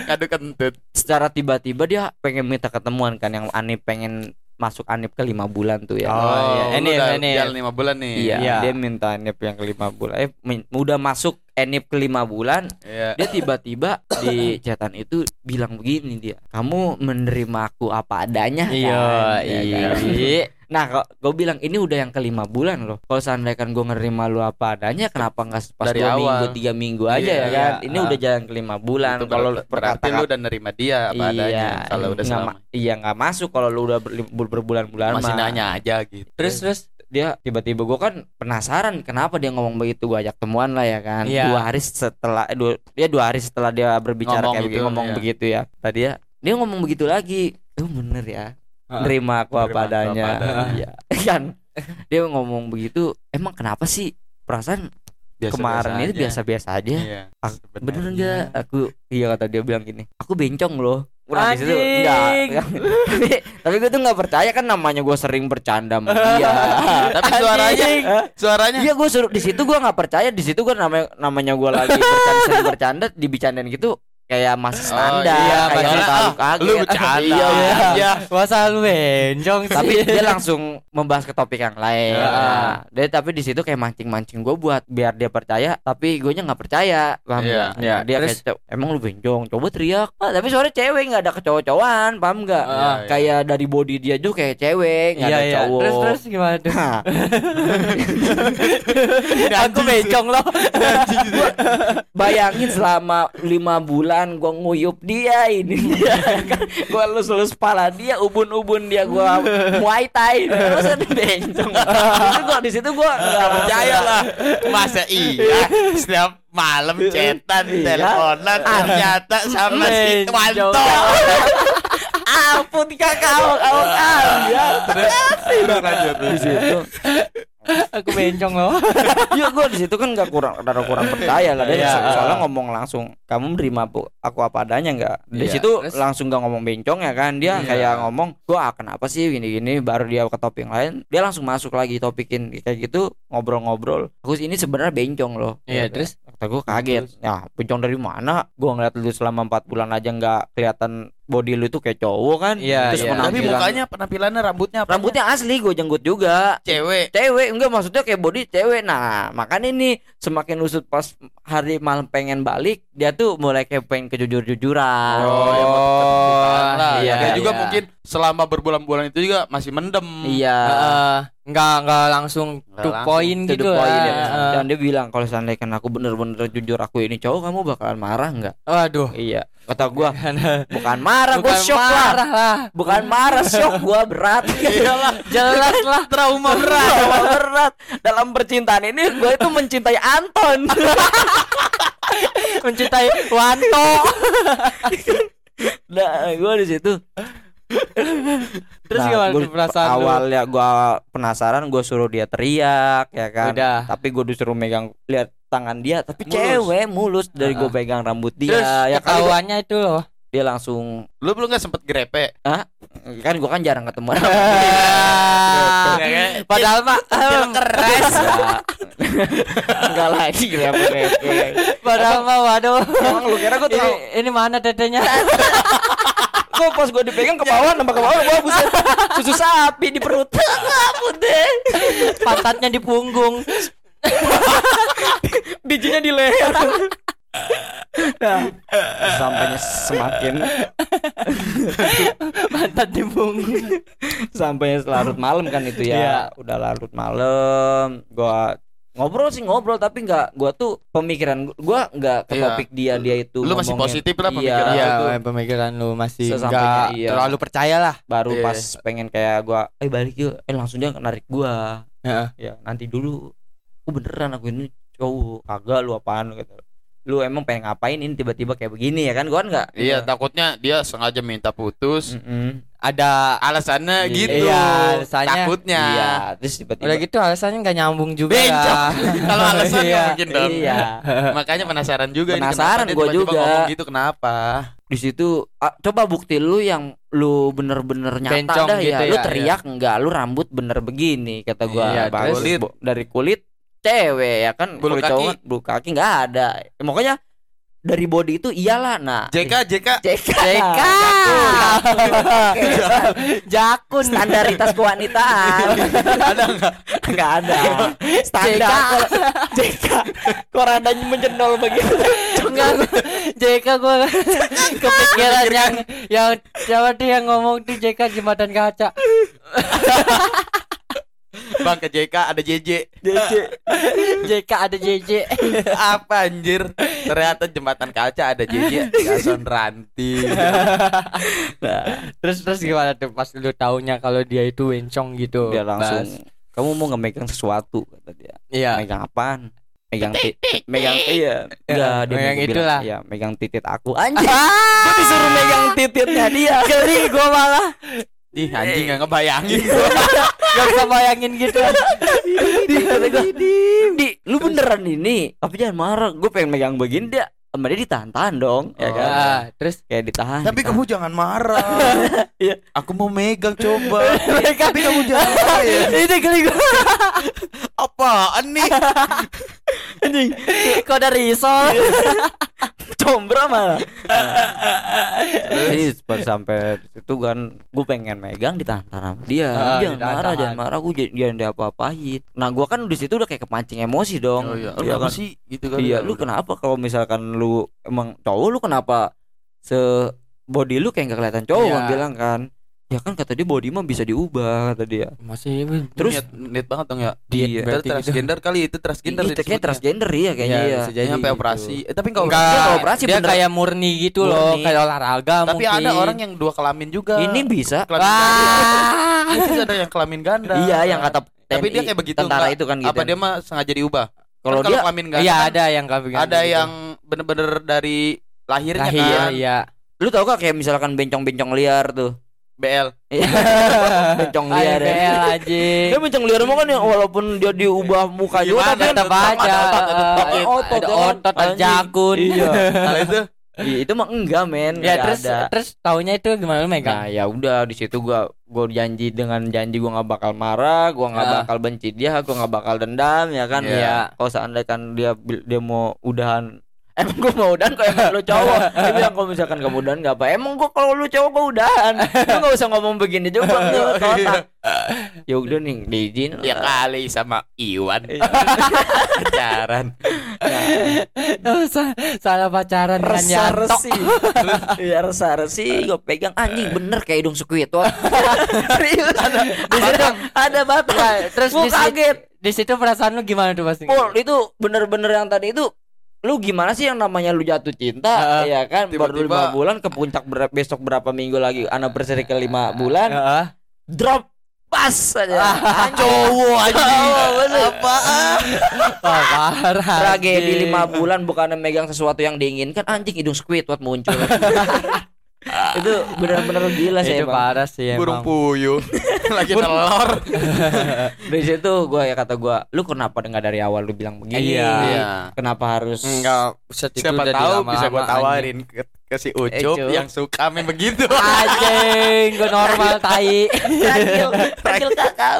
Speaker 3: Aduh kentut.
Speaker 1: secara tiba-tiba dia pengen minta ketemuan kan yang Anip pengen masuk Anip ke lima bulan tuh ya.
Speaker 2: Oh, iya.
Speaker 3: lu
Speaker 2: Ini,
Speaker 3: udah
Speaker 2: ini.
Speaker 3: jalan 5 bulan nih.
Speaker 1: Iya,
Speaker 2: iya.
Speaker 1: dia minta Anip yang ke lima bulan. Eh, min- udah masuk Anip ke lima bulan,
Speaker 3: Iya.
Speaker 1: dia tiba-tiba di chatan itu bilang begini dia, kamu menerima aku apa adanya kan?"
Speaker 3: Iya,
Speaker 1: Ya kan?
Speaker 2: iya.
Speaker 1: Nah, kok gue bilang ini udah yang kelima bulan loh. Kalau seandainya kan gue nerima lu apa adanya, kenapa nggak pas
Speaker 3: Dari
Speaker 1: dua
Speaker 3: awal.
Speaker 1: minggu tiga minggu aja
Speaker 3: Iya,
Speaker 1: ya kan?
Speaker 2: iya.
Speaker 1: Ini udah jalan kelima bulan.
Speaker 3: Itu
Speaker 1: Kalau
Speaker 3: ber- berarti
Speaker 1: perkataan
Speaker 3: lu udah nerima dia apa adanya. Kalau udah
Speaker 1: nggak
Speaker 3: selama
Speaker 1: ma- iya nggak masuk kalau lu udah ber- berbulan-bulan
Speaker 3: masih
Speaker 1: mah.
Speaker 3: nanya aja gitu.
Speaker 2: Terus terus
Speaker 1: dia tiba-tiba gue kan penasaran kenapa dia ngomong begitu gue ajak temuan lah ya kan
Speaker 2: Iya.
Speaker 1: dua hari setelah eh, dua, dia dua hari setelah dia berbicara
Speaker 3: Ngomong
Speaker 1: kayak
Speaker 3: gitu,
Speaker 1: begini, ngomong
Speaker 3: iya.
Speaker 1: begitu ya tadi ya dia ngomong begitu lagi lu bener ya
Speaker 2: Heeh.
Speaker 1: nerima aku
Speaker 3: Nerima aku
Speaker 1: apa
Speaker 3: apa
Speaker 1: adanya
Speaker 3: adanya.
Speaker 1: Iya. kan dia ngomong begitu emang kenapa sih perasaan
Speaker 3: Biasa-biasa
Speaker 1: kemarin itu ya.
Speaker 3: aja.
Speaker 1: biasa-biasa aja
Speaker 3: Iya.
Speaker 1: Aku-
Speaker 3: sebenarnya.
Speaker 1: bener nggak aku iya kata dia bilang gini aku bencong loh Kurang di situ
Speaker 2: Anjing.
Speaker 1: enggak tapi, tapi gue tuh nggak percaya kan namanya gue sering bercanda sama dia
Speaker 3: Tapi suaranya
Speaker 2: Anjing.
Speaker 3: suaranya
Speaker 2: Nah.
Speaker 1: Iya gue suruh di situ gue nggak percaya di situ gue namanya namanya gue lagi bercanda sering bercanda dibicarain gitu kayak masih
Speaker 3: Oh,
Speaker 1: standar
Speaker 2: iya,
Speaker 1: kayak
Speaker 2: padahal,
Speaker 1: lu taruh kaget
Speaker 3: lu bercanda.
Speaker 1: Iya,
Speaker 2: Iya.
Speaker 3: Iya.
Speaker 2: Masa lu benjong sih.
Speaker 1: tapi dia langsung membahas ke topik yang lain.
Speaker 2: Iya.
Speaker 1: Nah, dia tapi di situ kayak mancing-mancing gue buat biar dia percaya, tapi gue nya nggak percaya, paham
Speaker 3: Iya.
Speaker 1: nggak?
Speaker 2: Iya.
Speaker 1: Dia
Speaker 2: Terus-
Speaker 1: kayak emang lu benjong, coba teriak, Pak." tapi suara cewek nggak ada kecowok-cowokan, paham nggak?
Speaker 2: Iya,
Speaker 1: Nah,
Speaker 3: iya.
Speaker 1: Kayak dari body dia juga kayak cewek, nggak
Speaker 2: Iya
Speaker 1: ada
Speaker 2: iya.
Speaker 1: cowok.
Speaker 2: Terus terus gimana tuh?
Speaker 1: Nah,
Speaker 2: Aku bencong loh.
Speaker 1: bayangin selama lima bulan gue nguyup dia ini gue lus-lus pala dia ubun-ubun dia gue muay thai terus ada benjong itu gue di situ gue nggak percaya
Speaker 3: Percaya lah Masa iya Setiap malam cetan
Speaker 1: Iya.
Speaker 3: Teleponan Ternyata sama si
Speaker 2: Menjong.
Speaker 3: Wanto
Speaker 1: ampun kakak awak awak
Speaker 3: Terus
Speaker 1: di situ
Speaker 2: aku bencong loh
Speaker 1: ya gue di situ kan nggak kurang rada kurang percaya lah dia
Speaker 2: Iya.
Speaker 1: so- soalnya ngomong langsung kamu menerima aku, aku apa adanya nggak di
Speaker 2: Iya.
Speaker 1: situ
Speaker 2: Terus?
Speaker 1: langsung nggak ngomong bencong ya kan dia
Speaker 3: Iya.
Speaker 1: kayak ngomong gua ah, kenapa sih gini gini baru dia ke topik lain dia langsung masuk lagi topikin kayak gitu ngobrol-ngobrol aku ini sebenarnya bencong loh
Speaker 2: iya terus
Speaker 1: kata gue kaget ya bencong dari mana gua ngeliat lu selama empat bulan aja nggak kelihatan body lu tuh kayak cowok kan
Speaker 2: Iya,
Speaker 1: terus
Speaker 2: iya.
Speaker 3: Tapi
Speaker 1: penampilan-
Speaker 3: mukanya penampilannya rambutnya apa?
Speaker 1: rambutnya asli gue jenggot juga
Speaker 3: cewek.
Speaker 1: cewek enggak maksudnya kayak body cewek nah makanya nih semakin usut pas hari malam pengen balik dia tuh mulai kayak pengen kejujur-jujuran
Speaker 3: ya,
Speaker 2: Oh,
Speaker 3: bukan lah.
Speaker 1: Oh, iya,
Speaker 3: Dia juga
Speaker 2: iya.
Speaker 3: mungkin selama berbulan-bulan itu juga masih mendem.
Speaker 1: iya
Speaker 2: eh, nggak nggak langsung
Speaker 3: Nggak
Speaker 2: to
Speaker 3: langsung
Speaker 2: point
Speaker 1: To the
Speaker 2: gitu
Speaker 1: point,
Speaker 2: lah.
Speaker 1: ya.
Speaker 2: Eh,
Speaker 1: dan dia bilang kalau seandainya kan aku bener-bener jujur aku ini cowok kamu bakalan marah nggak
Speaker 2: waduh
Speaker 1: iya kata gua bukan marah gua
Speaker 2: bukan
Speaker 1: shock lah
Speaker 2: marah Iya, lah
Speaker 1: bukan marah shock gua berat iyalah
Speaker 2: jelas lah trauma berat
Speaker 1: berat dalam percintaan ini gua itu mencintai Anton
Speaker 2: mencintai Wanto
Speaker 1: Nah, gue di situ.
Speaker 2: Terus gimana tuh perasaan lu?
Speaker 1: Nah, Awalnya gue penasaran, gue suruh dia teriak, ya kan.
Speaker 2: udah
Speaker 1: Tapi gue disuruh megang lihat tangan dia, tapi
Speaker 3: Mulus.
Speaker 1: cewek mulus dari gue
Speaker 2: Ah.
Speaker 1: pegang rambut dia,
Speaker 2: terus
Speaker 1: ya kan.
Speaker 2: ketahuannya itu loh
Speaker 1: Dia langsung
Speaker 3: Lu belum nggak sempet grepe?
Speaker 1: kan gue kan jarang ketemu.
Speaker 2: Ah,
Speaker 3: ya kan?
Speaker 2: padahal mah eh, em,
Speaker 1: keras. Enggak lagi ya, repot-repot.
Speaker 2: padahal mah waduh
Speaker 1: Emang lu kira gue
Speaker 2: ini,
Speaker 1: tahu?
Speaker 2: ini mana tetenya
Speaker 1: Kok pas gue dipegang ke bawah, nambah ke bawah, gue buset susu sapi di perut. Ampun deh.
Speaker 2: pantatnya di punggung
Speaker 1: bijinya di leher nah, sampainya semakin
Speaker 2: pantat di punggung
Speaker 1: sampainya larut malam kan itu ya
Speaker 2: Iya.
Speaker 1: udah larut malam gua ngobrol sih ngobrol tapi nggak gua tuh pemikiran gua nggak ke
Speaker 3: Iya.
Speaker 1: topik dia dia itu
Speaker 3: Lu masih positif
Speaker 1: Iya.
Speaker 3: lah pemikiran
Speaker 1: Iya.
Speaker 3: lu.
Speaker 1: Itu-
Speaker 2: pemikiran lu masih
Speaker 1: Sesampainya, iya.
Speaker 2: nggak percaya lah
Speaker 1: baru
Speaker 3: Iya.
Speaker 1: pas pengen kayak gua eh balik yuk eh langsung dia narik gua
Speaker 2: Heeh.
Speaker 1: ya nanti dulu aku beneran aku ini cowok kagak lu apaan gitu lu emang pengen ngapain ini tiba-tiba kayak begini ya kan gua kan nggak
Speaker 3: Iya, takutnya dia sengaja minta putus.
Speaker 1: Mm-mm.
Speaker 2: ada
Speaker 3: Alasannya
Speaker 1: Hmm. Iya.
Speaker 3: gitu.
Speaker 2: Iya, alasannya.
Speaker 3: Takutnya.
Speaker 1: iya terus tiba-tiba
Speaker 2: udah gitu alasannya nggak nyambung juga
Speaker 3: Bencong.
Speaker 2: lah.
Speaker 3: Kalau alasan
Speaker 2: Iya.
Speaker 3: nggak mungkin dong.
Speaker 1: iya
Speaker 3: Makanya penasaran juga ini
Speaker 1: Penasaran
Speaker 3: kenapa dia
Speaker 1: gua
Speaker 3: tiba-tiba
Speaker 1: juga.
Speaker 3: ngomong gitu kenapa?
Speaker 1: di situ ah, coba bukti lu yang lu bener-bener nyata
Speaker 2: Bencong
Speaker 1: dah
Speaker 2: gitu
Speaker 1: ya lu
Speaker 2: ya,
Speaker 1: teriak enggak lu rambut bener begini kata gua
Speaker 3: Iya,
Speaker 1: bagus
Speaker 3: kulit.
Speaker 1: Bo- dari kulit cewek ya kan
Speaker 3: Bulu
Speaker 1: kulit
Speaker 3: kaki.
Speaker 1: cowok kan bulu kaki nggak ada Ya, makanya dari body itu iyalah nah
Speaker 3: JK JK
Speaker 1: JK
Speaker 2: JK Jakun
Speaker 1: standaritas kewanitaan
Speaker 3: ada nggak?
Speaker 1: nggak ada standar JK JK kok radanya menjendol begitu
Speaker 2: Enggak gua- JK gue kepikiran yang yang siapa tuh yang ngomong tuh JK jembatan kaca
Speaker 3: Bang ke JK ada JJ.
Speaker 2: JK ada JJ
Speaker 3: apa anjir? Ternyata jembatan kaca ada JJ, Gason Ranti.
Speaker 1: Nah,
Speaker 2: terus terus gimana tuh pas lu taunya kalau dia itu wencong gitu
Speaker 1: dia langsung
Speaker 2: Bas?
Speaker 1: kamu mau nggak megang sesuatu kata dia
Speaker 2: iya
Speaker 1: megang apaan megang tit megang iya enggak dia
Speaker 2: Ya,
Speaker 1: bilang,
Speaker 2: megang itulah.
Speaker 1: iya megang titit aku anjing Gua disuruh megang tititnya dia
Speaker 2: geli gue malah
Speaker 3: Ih, anjing gak ngebayangin
Speaker 2: gak bisa bayangin gitu
Speaker 1: di, di lu beneran ini tapi jangan marah gue pengen megang begini dia sama dia ditahan-tahan dong ya
Speaker 3: Oh.
Speaker 1: kan
Speaker 2: Ah, terus
Speaker 1: kayak ditahan
Speaker 3: Tapi
Speaker 1: ditahan.
Speaker 3: kamu jangan marah.
Speaker 1: Iya.
Speaker 3: Aku mau megang coba. Tapi kamu jangan marah ya.
Speaker 2: ini geli gue
Speaker 3: Apaan nih?
Speaker 2: kok dari risol
Speaker 1: combra malah jadi pas sampai itu kan gue pengen megang ditahan-tahan sama dia jangan
Speaker 2: Ah,
Speaker 1: marah
Speaker 2: ditahan-tahan.
Speaker 1: jangan marah gue jadi- jangan diapa-apain nah gue kan di situ udah kayak kepancing emosi dong
Speaker 3: Oh iya, lu
Speaker 1: Iya
Speaker 3: kenapa
Speaker 1: kan?
Speaker 3: sih gitu kan?
Speaker 1: Iya, lu kenapa kalau misalkan lu emang cowok lu kenapa se body lu kayak nggak kelihatan cowok
Speaker 2: Iya.
Speaker 1: kan bilang kan. Ya kan kata dia body mah bisa diubah kata dia.
Speaker 2: masih
Speaker 1: Terus-
Speaker 3: terus niat, niat banget dong ya.
Speaker 1: Diet
Speaker 3: Itu
Speaker 2: berarti gitu.
Speaker 3: transgender kali itu transgender.
Speaker 1: Itu kayak transgender ya kayaknya
Speaker 2: Iya,
Speaker 1: ya.
Speaker 2: bisa
Speaker 3: Jadi
Speaker 2: Jadi
Speaker 3: sampai
Speaker 2: gitu.
Speaker 3: operasi. Eh, tapi enggak
Speaker 2: Enggak,
Speaker 1: Dia
Speaker 2: dia,
Speaker 1: kalau operasi bener.
Speaker 2: kayak murni gitu
Speaker 1: Murni.
Speaker 2: loh, kayak olahraga
Speaker 3: Tapi
Speaker 2: mungkin.
Speaker 3: ada orang yang dua kelamin juga.
Speaker 1: Ini bisa.
Speaker 3: kelamin
Speaker 2: Wah.
Speaker 3: ganda. Itu ada yang kelamin ganda.
Speaker 1: Iya, yang kata
Speaker 3: Tapi
Speaker 1: TNI
Speaker 3: dia kayak begitu
Speaker 1: tentara
Speaker 3: enggak?
Speaker 1: itu kan gitu.
Speaker 3: Apa dia mah sengaja diubah?
Speaker 1: Kalau
Speaker 3: Kan
Speaker 1: dia-
Speaker 3: kelamin ganda
Speaker 2: Iya,
Speaker 3: kan
Speaker 2: ada yang gitu. kayak
Speaker 3: ada
Speaker 1: gitu.
Speaker 3: yang bener-bener dari lahirnya
Speaker 2: Iya,
Speaker 3: kan.
Speaker 2: iya.
Speaker 1: lu tau gak kayak misalkan bencong-bencong liar tuh. Iya.
Speaker 3: BL.
Speaker 1: Bencong liar ya.
Speaker 2: ABL anjing.
Speaker 1: Dia bencong liar mah kan ya walaupun dia diubah muka juga
Speaker 3: Gimana
Speaker 1: tapi kan
Speaker 2: tetap
Speaker 1: tetap
Speaker 2: aja
Speaker 1: ada otot, ada otot,
Speaker 2: ada
Speaker 1: ya kan?
Speaker 2: otot, ada otot, ada
Speaker 1: Anjing.
Speaker 2: jakun.
Speaker 1: Iya.
Speaker 3: Kalau itu
Speaker 1: Iya, itu mah enggak men.
Speaker 2: Ya
Speaker 1: Enggak
Speaker 2: terus
Speaker 1: ada.
Speaker 2: terus taunya itu gimana lu megang?
Speaker 1: Nah, ya udah di situ gua gua janji dengan janji gua nggak bakal marah, gua nggak
Speaker 2: Ya.
Speaker 1: bakal benci dia, gua nggak bakal dendam ya kan.
Speaker 3: Ya.
Speaker 1: Ya, kalau seandainya kan dia bil- dia mau udahan Emang gua mau udahan kalau emang lu cowok Dia bilang kalau misalkan kamu udahan gak apa Emang gua kalau lu cowok gua udahan Lu gak usah ngomong begini juga lu kotak Ya udah nih diizin
Speaker 3: ya kali sama Iwan.
Speaker 1: Iya.
Speaker 3: Pacaran.
Speaker 2: Oh, Sa- Salah pacaran kan, ya. dengan
Speaker 1: Resa
Speaker 2: Yanto.
Speaker 1: resi Iya resa resi Gue pegang anjing bener kayak hidung Squidward Serius
Speaker 2: batang.
Speaker 1: Ada batang Ya,
Speaker 2: Terus
Speaker 1: Gua
Speaker 2: di situ-
Speaker 1: kaget
Speaker 2: Di situ perasaan lu gimana tuh
Speaker 3: Iya.
Speaker 2: pasti?
Speaker 1: Pul Oh, itu bener-bener yang tadi itu lu gimana sih yang namanya lu jatuh cinta
Speaker 2: Heeh.
Speaker 1: ya kan baru
Speaker 3: Ah, Tiba-tiba- Ah,
Speaker 1: lima bulan ke puncak ber- besok berapa minggu lagi anniversary ke lima bulan
Speaker 2: Heeh.
Speaker 1: drop pas
Speaker 3: Ah,
Speaker 1: aja
Speaker 3: Cowok anjing. Apaan?
Speaker 2: Wah, parah.
Speaker 1: tragedi
Speaker 2: anjing.
Speaker 1: lima bulan bukannya megang sesuatu yang diinginkan anjing hidung Squidward muncul itu benar-benar gila sih
Speaker 2: Itu
Speaker 1: emang
Speaker 2: parah sih
Speaker 3: Burung
Speaker 2: emang.
Speaker 3: puyuh. Lagi telur.
Speaker 1: dari situ gue ya kata gue lu kenapa nggak dari awal lu bilang begini
Speaker 2: Iya.
Speaker 1: kenapa harus
Speaker 2: Buset, itu
Speaker 3: Siapa
Speaker 2: udah
Speaker 3: tahu
Speaker 2: dilama-lama,
Speaker 3: bisa gua
Speaker 2: anjing.
Speaker 3: tawarin ke, ke si Ucup
Speaker 2: Ucup.
Speaker 3: yang suka meme begitu.
Speaker 2: Anjing, gue
Speaker 1: Iya,
Speaker 2: normal tai.
Speaker 1: Ragil, ragil kakak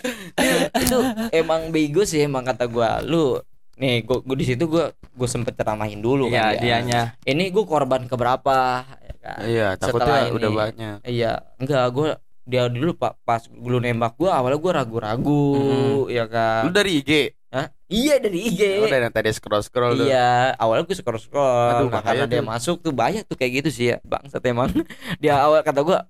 Speaker 1: itu emang bego sih emang kata gua lu nih gua, gua di situ gua gua sempet ceramahin dulu
Speaker 2: Iya,
Speaker 1: kan dia.
Speaker 2: dianya.
Speaker 1: ini gua korban keberapa ya kan?
Speaker 3: Iya,
Speaker 1: Setelah
Speaker 3: takutnya
Speaker 1: ini.
Speaker 3: udah banyak.
Speaker 1: iya enggak gua dia dulu pak pas lu nembak gua awalnya gua ragu-ragu ya kan
Speaker 3: Lu dari IG?
Speaker 1: Hah? iya dari IG
Speaker 3: Lu dari yang tadi scroll-scroll tuh.
Speaker 1: Iya, awalnya gue scroll scroll,
Speaker 3: Aduh,
Speaker 1: nah,
Speaker 3: bahaya
Speaker 1: karena dia
Speaker 3: tuh.
Speaker 1: masuk tuh banyak tuh kayak gitu sih ya, bangsat emang. dia awal kata gua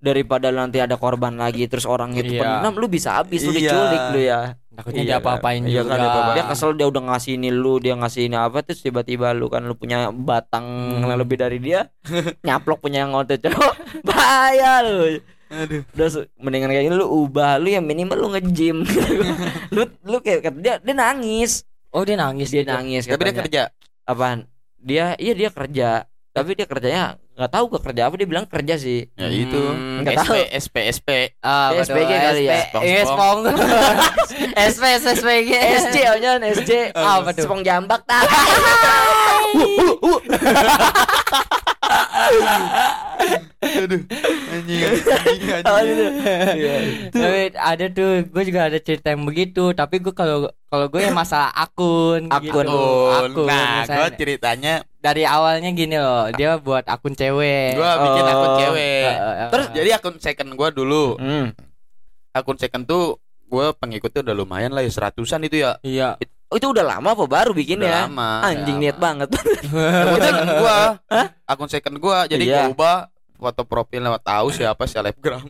Speaker 1: daripada nanti ada korban lagi terus orang itu
Speaker 2: Iya.
Speaker 1: pendam lu bisa habis lu
Speaker 3: Iya.
Speaker 1: diculik lu ya.
Speaker 2: Takutnya
Speaker 3: Iya,
Speaker 2: dia apa-apain
Speaker 1: Iya
Speaker 2: juga.
Speaker 1: kan, dia kesel dia udah ngasih ini lu, dia ngasih ini apa terus tiba-tiba lu kan lu punya batang lebih dari dia, nyaplok punya yang ngotot cowok, bahaya lu.
Speaker 3: Aduh.
Speaker 1: Udah se- mendingan kayak gini lu ubah, lu yang minimal lu nge-gym. lu lu kayak kata dia dia nangis,
Speaker 2: Oh, dia nangis.
Speaker 1: dia
Speaker 2: gitu.
Speaker 1: nangis
Speaker 3: Tapi dia
Speaker 1: katanya
Speaker 3: kerja.
Speaker 1: apaan dia iya dia kerja tapi dia kerjanya nggak tahu gak kerja apa dia bilang kerja sih
Speaker 3: Ya itu.
Speaker 2: Hmm,
Speaker 1: nggak
Speaker 3: SP,
Speaker 1: tahu. Ya,
Speaker 3: SP, SP.
Speaker 2: Ah, betul.
Speaker 1: SPG kali ya?
Speaker 2: SP, eh,
Speaker 3: Spong.
Speaker 2: Spong. SP, SPG.
Speaker 1: SC aja SC
Speaker 2: Apa tuh?
Speaker 1: sepong jambak tak
Speaker 3: Aduh. Anjing, anjing,
Speaker 1: Oh,
Speaker 3: anjing.
Speaker 2: Tapi ada tuh, gue juga ada cerita yang begitu. Tapi gue kalau kalau gue yang masalah akun,
Speaker 1: Akun.
Speaker 2: gitu.
Speaker 3: Akun.
Speaker 2: akun.
Speaker 3: Nah,
Speaker 2: misalnya.
Speaker 3: gua ceritanya
Speaker 2: dari awalnya gini loh, dia buat akun cewek.
Speaker 3: gua bikin
Speaker 1: Oh.
Speaker 3: akun cewek.
Speaker 2: Eh, eh, eh,
Speaker 3: Terus
Speaker 2: eh.
Speaker 3: jadi akun second gua dulu.
Speaker 1: hmm.
Speaker 3: Akun second tuh gua pengikutnya udah lumayan lah ya seratusan itu ya.
Speaker 2: iya.
Speaker 1: Oh, itu udah lama apa baru bikin ya
Speaker 3: Udah lama.
Speaker 1: anjing
Speaker 3: Udah
Speaker 1: niat banget
Speaker 3: Akun second gua akun second gua jadi
Speaker 1: Iya.
Speaker 3: gua ubah foto profil lewat tahu siapa selebgram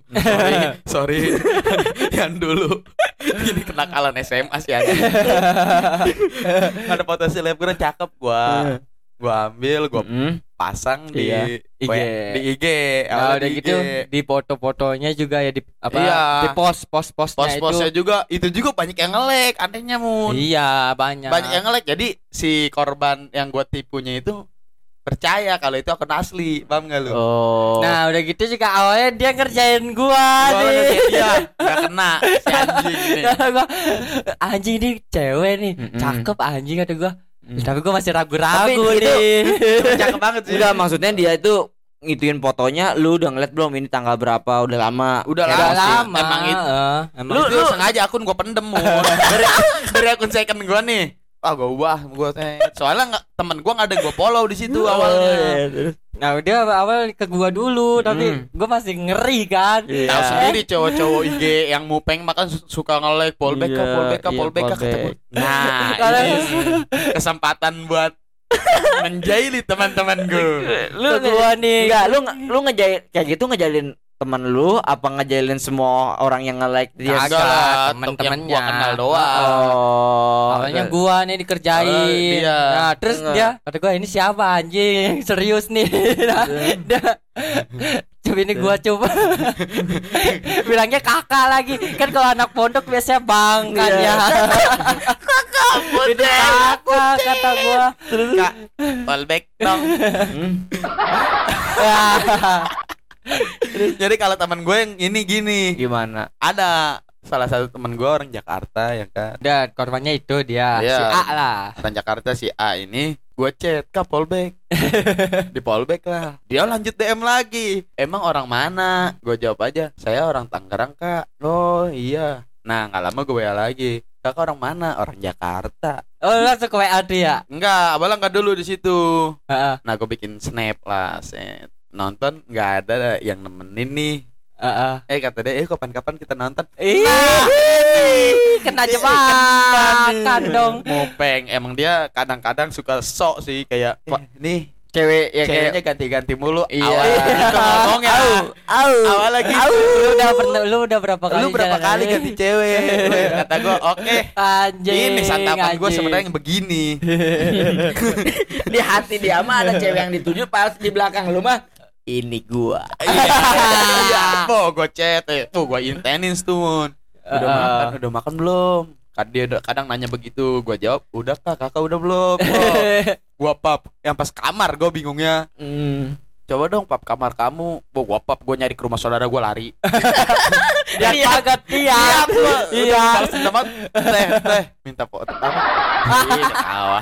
Speaker 3: sorry sorry yang dulu ini kenakalan SMA sih aja ada foto selebgram cakep
Speaker 1: Eh, Hmm.
Speaker 3: gua gua ambil gua
Speaker 1: Mm.
Speaker 3: pasang di
Speaker 1: Iya.
Speaker 2: IG.
Speaker 3: di IG
Speaker 2: Nah,
Speaker 3: awalnya
Speaker 2: udah
Speaker 3: di
Speaker 2: gitu
Speaker 3: IG.
Speaker 2: di foto-fotonya juga ya di apa
Speaker 3: Iya.
Speaker 2: di post post postnya
Speaker 3: pos-posnya
Speaker 2: itu.
Speaker 3: juga itu juga banyak yang nge-like anehnya mun
Speaker 2: Iya, banyak.
Speaker 3: banyak yang nge-like jadi si korban yang gua tipunya itu percaya kalau itu akun asli paham gak lu
Speaker 1: oh
Speaker 2: Nah, udah gitu juga awalnya dia ngerjain gua
Speaker 3: Gua
Speaker 2: nih.
Speaker 3: ngerjain dia gak kena si anjing ini
Speaker 2: Gua, anjing ini cewek nih,
Speaker 1: Mm-mm.
Speaker 2: cakep anjing kata gua.
Speaker 1: Mm.
Speaker 2: Tapi gua masih ragu-ragu
Speaker 1: Tapi itu-
Speaker 2: nih.
Speaker 3: Cuma cakep banget sih
Speaker 1: enggak maksudnya dia itu ngituin fotonya lu udah ngeliat belum ini tanggal berapa udah lama
Speaker 3: Udah
Speaker 1: Kayak
Speaker 2: Udah
Speaker 3: Emang sih,
Speaker 2: lama.
Speaker 3: emang itu-
Speaker 2: eh, emang
Speaker 3: lu
Speaker 2: itu.
Speaker 3: lu sengaja akun gua pendem Mun. dari dari akun second gua nih ah gua ubah gua set. soalnya nggak temen gua nggak ada yang gua follow di situ
Speaker 1: Oh,
Speaker 3: awalnya
Speaker 1: iya, terus.
Speaker 2: Nah, dia awal ke gua dulu, tapi
Speaker 1: Mm.
Speaker 2: gua masih ngeri kan.
Speaker 1: Iya.
Speaker 3: Tahu sendiri cowok-cowok IG yang mupeng makan su- suka nge-like polbek
Speaker 1: Iya,
Speaker 3: polbek
Speaker 1: iya,
Speaker 3: polbek
Speaker 1: fallback.
Speaker 3: kata gua. Nah, ini kesempatan buat menjahili teman-teman gue.
Speaker 1: lu
Speaker 2: Ke
Speaker 1: nge-
Speaker 2: gua nih.
Speaker 1: Enggak, lu nge- lu ngejail kayak gitu ngejalin teman lu apa ngejalin semua orang yang nge-like dia?
Speaker 2: Kagak.
Speaker 3: Enggak lah,
Speaker 2: temen-temennya.
Speaker 3: yang gua kenal doang.
Speaker 1: Oh.
Speaker 2: Awalnya gua nih
Speaker 3: Oh,
Speaker 2: dikerjain.
Speaker 3: iya.
Speaker 2: Nah, terus
Speaker 1: Enggak.
Speaker 2: dia kata gua ini siapa anjing? Serius nih. Nah, dia Coba ini gua coba Bilangnya kakak lagi Kan kalau anak pondok biasanya bang kan
Speaker 1: Iya.
Speaker 2: ya Itu kakak kata gua
Speaker 3: Kak, callback dong.
Speaker 1: Hmm.
Speaker 2: Ya.
Speaker 3: Jadi kalau teman gue yang ini gini,
Speaker 1: Gimana?
Speaker 3: ada salah satu teman gue orang Jakarta ya kan.
Speaker 2: Dan korbannya itu dia
Speaker 3: Iya.
Speaker 2: si A lah.
Speaker 3: Orang Jakarta si A ini gue chat ke Polbek di Polbek lah dia lanjut DM lagi emang orang mana gue jawab aja saya orang Tangerang kak oh iya nah nggak lama gue WA lagi kakak orang mana orang Jakarta
Speaker 2: Oh langsung ke WA tuh ya.
Speaker 3: enggak abang nggak dulu di situ
Speaker 2: Heeh.
Speaker 3: nah gue bikin snap lah set. nonton nggak ada yang nemenin nih
Speaker 2: Heeh.
Speaker 3: eh kata dia eh kapan-kapan kita nonton Nah.
Speaker 2: Ih, kena
Speaker 3: Ini
Speaker 2: jebakan dong.
Speaker 3: Mopeng emang dia kadang-kadang suka sok sih kayak "Wah, Eh, nih
Speaker 1: Cewek ya kayak
Speaker 3: kayaknya ganti-ganti mulu
Speaker 1: Iya.
Speaker 3: awalnya gitu ngomongnya
Speaker 1: Au, au.
Speaker 3: awal lagi
Speaker 2: Lu udah pernah lu udah berapa kali?
Speaker 3: lu berapa
Speaker 2: jalan
Speaker 3: kali
Speaker 2: ini?
Speaker 3: ganti cewek kata gue oke
Speaker 2: Anjing.
Speaker 3: ini santapan gue
Speaker 2: anjing.
Speaker 3: sebenarnya yang begini Iya.
Speaker 1: Di hati dia mah ada cewek yang dituju pas di belakang lu mah ini gua.
Speaker 3: iya iya po gue chat eh. tuh gue intenins tuh Mun. udah
Speaker 2: Heeh.
Speaker 3: makan udah makan belum Kad- dia udah- kadang nanya begitu gue jawab udah kak kakak udah belum Oh, gua pap yang pas kamar gue bingungnya
Speaker 1: Hmm.
Speaker 3: coba dong pap kamar kamu Bo, gua pap gue nyari ke rumah saudara gue lari
Speaker 2: Dia kagak tiap.
Speaker 3: iya
Speaker 2: Iya.
Speaker 3: balas dendam banget. teh teh minta foto apa Ih, ketawa.